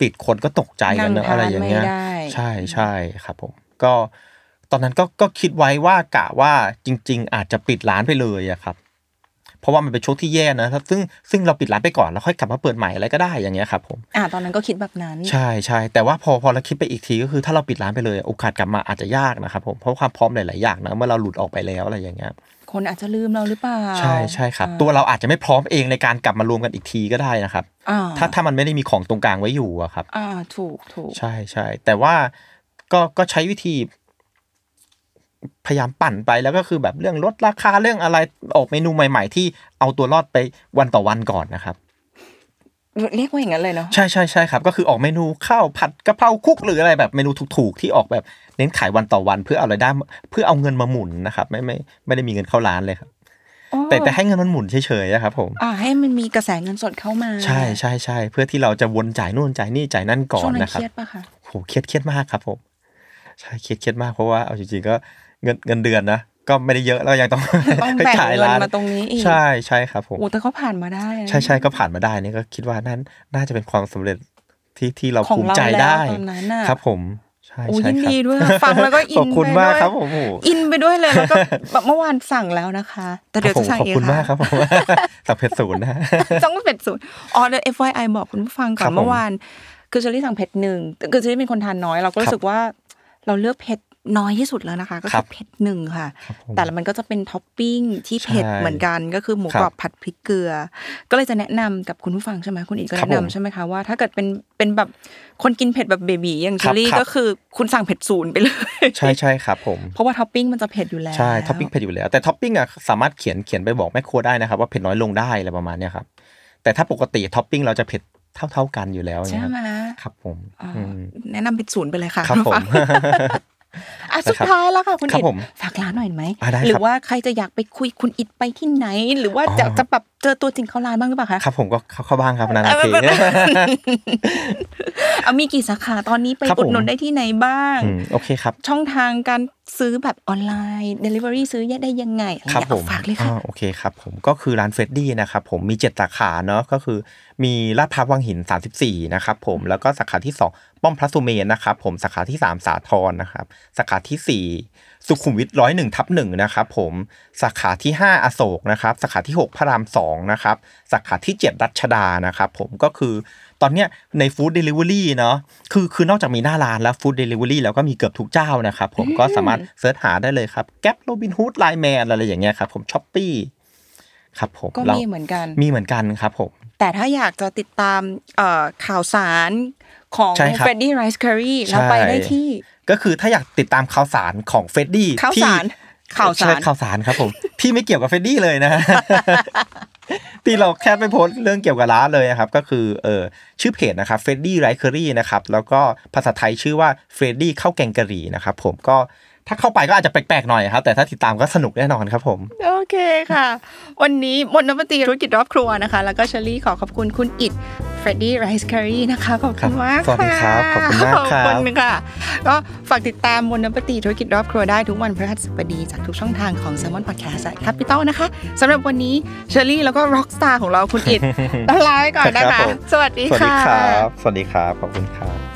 S4: ปิดคนก็ตกใจกันเนอะอะไรอย่างเงี้ย
S3: นั่ทนไม่ได้
S4: ใช่ใช่ครับผมก็ตอนนั้นก็ก็คิดไว้ว่ากะว่าจริง ๆ อาจจะปิดร้านไปเลยอะครับ เพราะว่ามันเป็นช่วงที่แย่นะครับซึ่งซึ่งเราปิดร้านไปก่อนแล้วค่อยกลับมาเปิดใหม่อะไรก็ได้อย่างเงี้ยครับผม
S3: อ่าตอนนั้นก็คิดแบบนั้น
S4: ใช่ใช่แต่ว่าพอพอเราคิดไปอีกทีก็คือถ้าเราปิดร้านไปเลยโอกาสกลับมาอาจจะยากนะครับผมเพราะความพร้อมหลาย ๆ อย่างนะเมื่อเราหลุดออกไปแล้วอะไรอย่างเงี้ย
S3: คนอาจจะลืมเราหรือเปล่า
S4: ใช่ใช่ครับ
S3: อ่า
S4: ตัวเราอาจจะไม่พร้อมเองในการกลับมารวมกันอีกทีก็ได้นะครับ
S3: อ่า
S4: ถ้าถ้ามันไม่ได้มีของตรงกลางไว้อยู่อะครับ
S3: อ่าถูกถูก
S4: ใช่ใช่แต่ว่า ก็ก็ใช้วิธี พยายามปั่นไปแล้วก็คือแบบเรื่องลดราคาเรื่องอะไรออกเมนูใหม่ ๆ ที่เอาตัวรอดไปวันต่อวันก่อนนะครับ
S3: เรียกว่าอย่างนั้นเลยเนาะ
S4: ใช่ใช่ใช่ครับ ก็คือออกเมนูข้าวผัดกะเพราคุกหรืออะไรแบบเมนูถูกๆ ที่ออกแบบเน้นขายวันต่อวัน เพื่อเอารายได้เพื่อเอาเงินมาหมุนนะครับไม่ไม่ไม่ได้มีเงินเข้าร้านเลยครับ
S3: อ๋อ
S4: แต่แต่ให้เงินมันหมุนเฉยๆนะครับผม
S3: อ่าให้มันมีกระแสเงินสดเข้ามา
S4: ใช่ใช่ใช่เพื่อที่เราจะวนจ่ายนู่นจ่ายนี่จ่ายนั่นก่อ
S3: ช่วน งนั้น
S4: นะค
S3: เครับ รียดปะคะ
S4: โหเครียดเครียดมากครับผมใช่เครียดเครียดมากเพราะว่าเอาจริงๆก็เงินเงินเดือนนะก็ไม่ได้เยอะแล้วยังต้อง
S3: ต้อง
S4: ไป
S3: แบ่ง
S4: จ่าย
S3: เงิน
S4: ร้าน
S3: มาตรงนี้อีก
S4: ใช่ใช่ครับผม
S3: โอ้แต่เขาผ่านมาได้นะ
S4: ใช่ใช่ก็ผ่านมาได้นี่ก็คิดว่านั่นน่าจะเป็นความสำเร็จที่ที่เรา
S3: ของ
S4: ภูมิ
S3: เรา
S4: ใจ
S3: แล้ว
S4: ได้
S3: ตอนนั้นน่ะ
S4: ครับผมใช่
S3: โอ้
S4: ใช่
S3: ยิน
S4: ครับ
S3: ดีด้วยค่ะฟังแล้วก็อิน
S4: ขอบคุณ
S3: ไปด้วย
S4: มากครับผมโอ้โห
S3: อินไปด้วยเลยแล้วก็แบบเมื่อวานสั่งแล้วนะคะ แต่เดี๋ยวจะสั่ง
S4: ขอบ
S3: เอง
S4: คุณมาก
S3: ะ
S4: ครับ ผมสับเพชรศูนย์นะฮะ
S3: ต้องเผ็ ดสุดอ๋อเดี๋ยว FYI บอกคุณผู้ฟังก่
S4: ค
S3: อ
S4: รั
S3: น
S4: บผม
S3: เมื่อวาน คือเชอรี่สั่งเผ็ดหนึ่งคือเชอรี่เป็นคนทานน้อยเราก็รู้สึกว่าเราเลือกเผ็ดน้อยที่สุดแล้วนะคะ ก็
S4: ค
S3: คื
S4: รับ
S3: อเผ็ดหนึ่งค่ะ
S4: ครับผม
S3: แต่ละมันก็จะเป็นท็อปปิ้งที่เผ็ด
S4: ใช่
S3: เหมือนกันก็คือหมู
S4: ครับ
S3: กรอบผัดพริกเกลือ ก็เลยจะแนะนำกับคุณผู้ฟังใช่ไหมคุณอินก็
S4: ครับ
S3: แนะ
S4: ผม
S3: นำใช่ไหมคะว่าถ้าเกิดเป็นเป็นแบบคนกินเผ็ดแบบเบบีอย่างเชอรี่
S4: ครับครับ
S3: ก็คือคุณสั่งเผ็ดศูนย์ไปเลย
S4: ใช่ใช่ครับผม
S3: เพราะว่าท็อปปิ้งมันจะเผ็ดอยู่แล้ว
S4: ใช่ท็อปปิ้งเผ็ดอยู่แล้วแต่ท็อปปิ้งอ่ะสามารถเขียนเขียนไปบอกแม่ครัวได้นะครับ ว่าเผ็ดน้อยลงได้อะไรประมาณเนี้ยครับแต่ถ้าปกติท็อปปิ้งเราจะเผ็ดเท่าเท่าๆกันอยู่แล้วอย่าง
S3: ใช่
S4: เงี้ย
S3: ไหม
S4: ครับผม
S3: อ่า
S4: อืม
S3: แนะนำเป็นศูนย์ไปเลยค่ะ
S4: ครับผ
S3: ณ
S4: ม
S3: ผู้ฟัง อ่ะสุดท้ายแล้วค่ะคุณ
S4: ครั
S3: อิด
S4: บผม
S3: ฝากร้านหน่อยไหม
S4: อ่ะได้ครับ
S3: หรือว่าใครจะอยากไปคุยคุณอิดไปที่ไหน หรือว่า
S4: อ๋อ
S3: จะจะแบบเจอตัวจริงเขาร้านบ้างหรือเปล่าคะ
S4: ครับผมก็เข้าเข้าบ้างครับนานา
S3: เอา
S4: ที
S3: เอามีกี่สาขาตอนนี้ไป
S4: ครับผม
S3: อุดหนุนได้ที่ไหนบ้าง
S4: อืมโอเคครับ
S3: ช่องทางการซื้อแบบออนไลน์ Delivery ซื้อได้ยังไงอะไร
S4: ครับ
S3: เงี้ย
S4: ผม
S3: เอาฝากเลยค่ะ
S4: อ่าโอเคครับผมก็คือร้านเฟรดดี้นะครับผมมี 7 สาขาเนาะก็คือมีลาดพร้าววังหิน 34 นะครับผมแล้วก็สาขาที่ 2 ป้อมพระสุเมนนะครับผมสาขาที่ 3 สาทรนะครับสาขาทีสี่ 4 สุขุมวิทร้อยหนึ่งทับหนึ่งนะครับผมสาขาที่ 5 อโศกนะครับสาขาที่ 6 พระราม2นะครับสาขาที่ 7 รัชดานะครับผมก็คือตอนเนี้ยในฟู้ดเดลิเวอรี่เนาะคือคือนอกจากมีหน้าร้านแล้วฟู้ดเดลิเวอรี่แล้วก็มีเกือบทุกเจ้านะครับผมก็สามารถ เสิร์ชหาได้เลยครับแก๊ปโรบินฮูดไลแมนอะไรอย่างเงี้ยครับผมช้อปปี้ครับผม
S3: ก็
S4: เรา
S3: มีเหมือนกัน
S4: มีเหมือนกันครับผม
S3: แต่ถ้าอยากจะติดตามเอ่อข่าวสารของ
S4: ใช่ครับ
S3: Freddy Rice Curry แล้วไปได้ที่
S4: ก็คือถ้าอยากติดตามข่าวสารของเฟดดี้
S3: ข่าว
S4: ที่
S3: สารข่าวสาร
S4: ใช่ข่าวสารครับผม ที่ไม่เกี่ยวกับเฟดดี้เลยนะ ฮะ ที่เราแค่ไปโพสต์เรื่องเกี่ยวกับร้านเลยนะครับ ก็คือเออชื่อเพจนะครับเฟดดี้ไรเคอรี่นะครับแล้วก็ภาษาไทยชื่อว่าเฟดดี้ข้าวแกงกะหรี่นะครับผมก็ถ้าเข้าไปก็อาจจะแปลกๆหน่อยครับแต่ถ้าติดตามก็สนุกแน่นอนครับผม
S3: โอเคค่ะ วันนี้มนต์นปตีธุรกิจรอบครัวนะคะ แล้วก็เชอรี่ขอขอบคุณคุณอิดเฟรดดี้ไรซ์แครีนะคะ ขอบคุณมาก
S4: ครับสวัสดี
S3: ค่ะ
S4: ครับขอบคุณมาก
S3: ขอบ
S4: ครับ
S3: คุณค่ะ ก็ฝากติดตามมนต์นปตีธุรกิจรอบครัวได้ทุกวันพฤหัสบดีจากทุกช่องทางของ s ซ l m o n Podcast และ Capital นะคะสำหรับวันนี้เชอรี่แล้วก็ร็อก สตาร์ของเราคุณอิด ลาไปก่อนนะ
S4: ครั
S3: คะ
S4: บผม
S3: สวัสดี
S4: สวัสดี
S3: ค่ะ
S4: ครับ สวัสดีครับ ขอบคุณครับ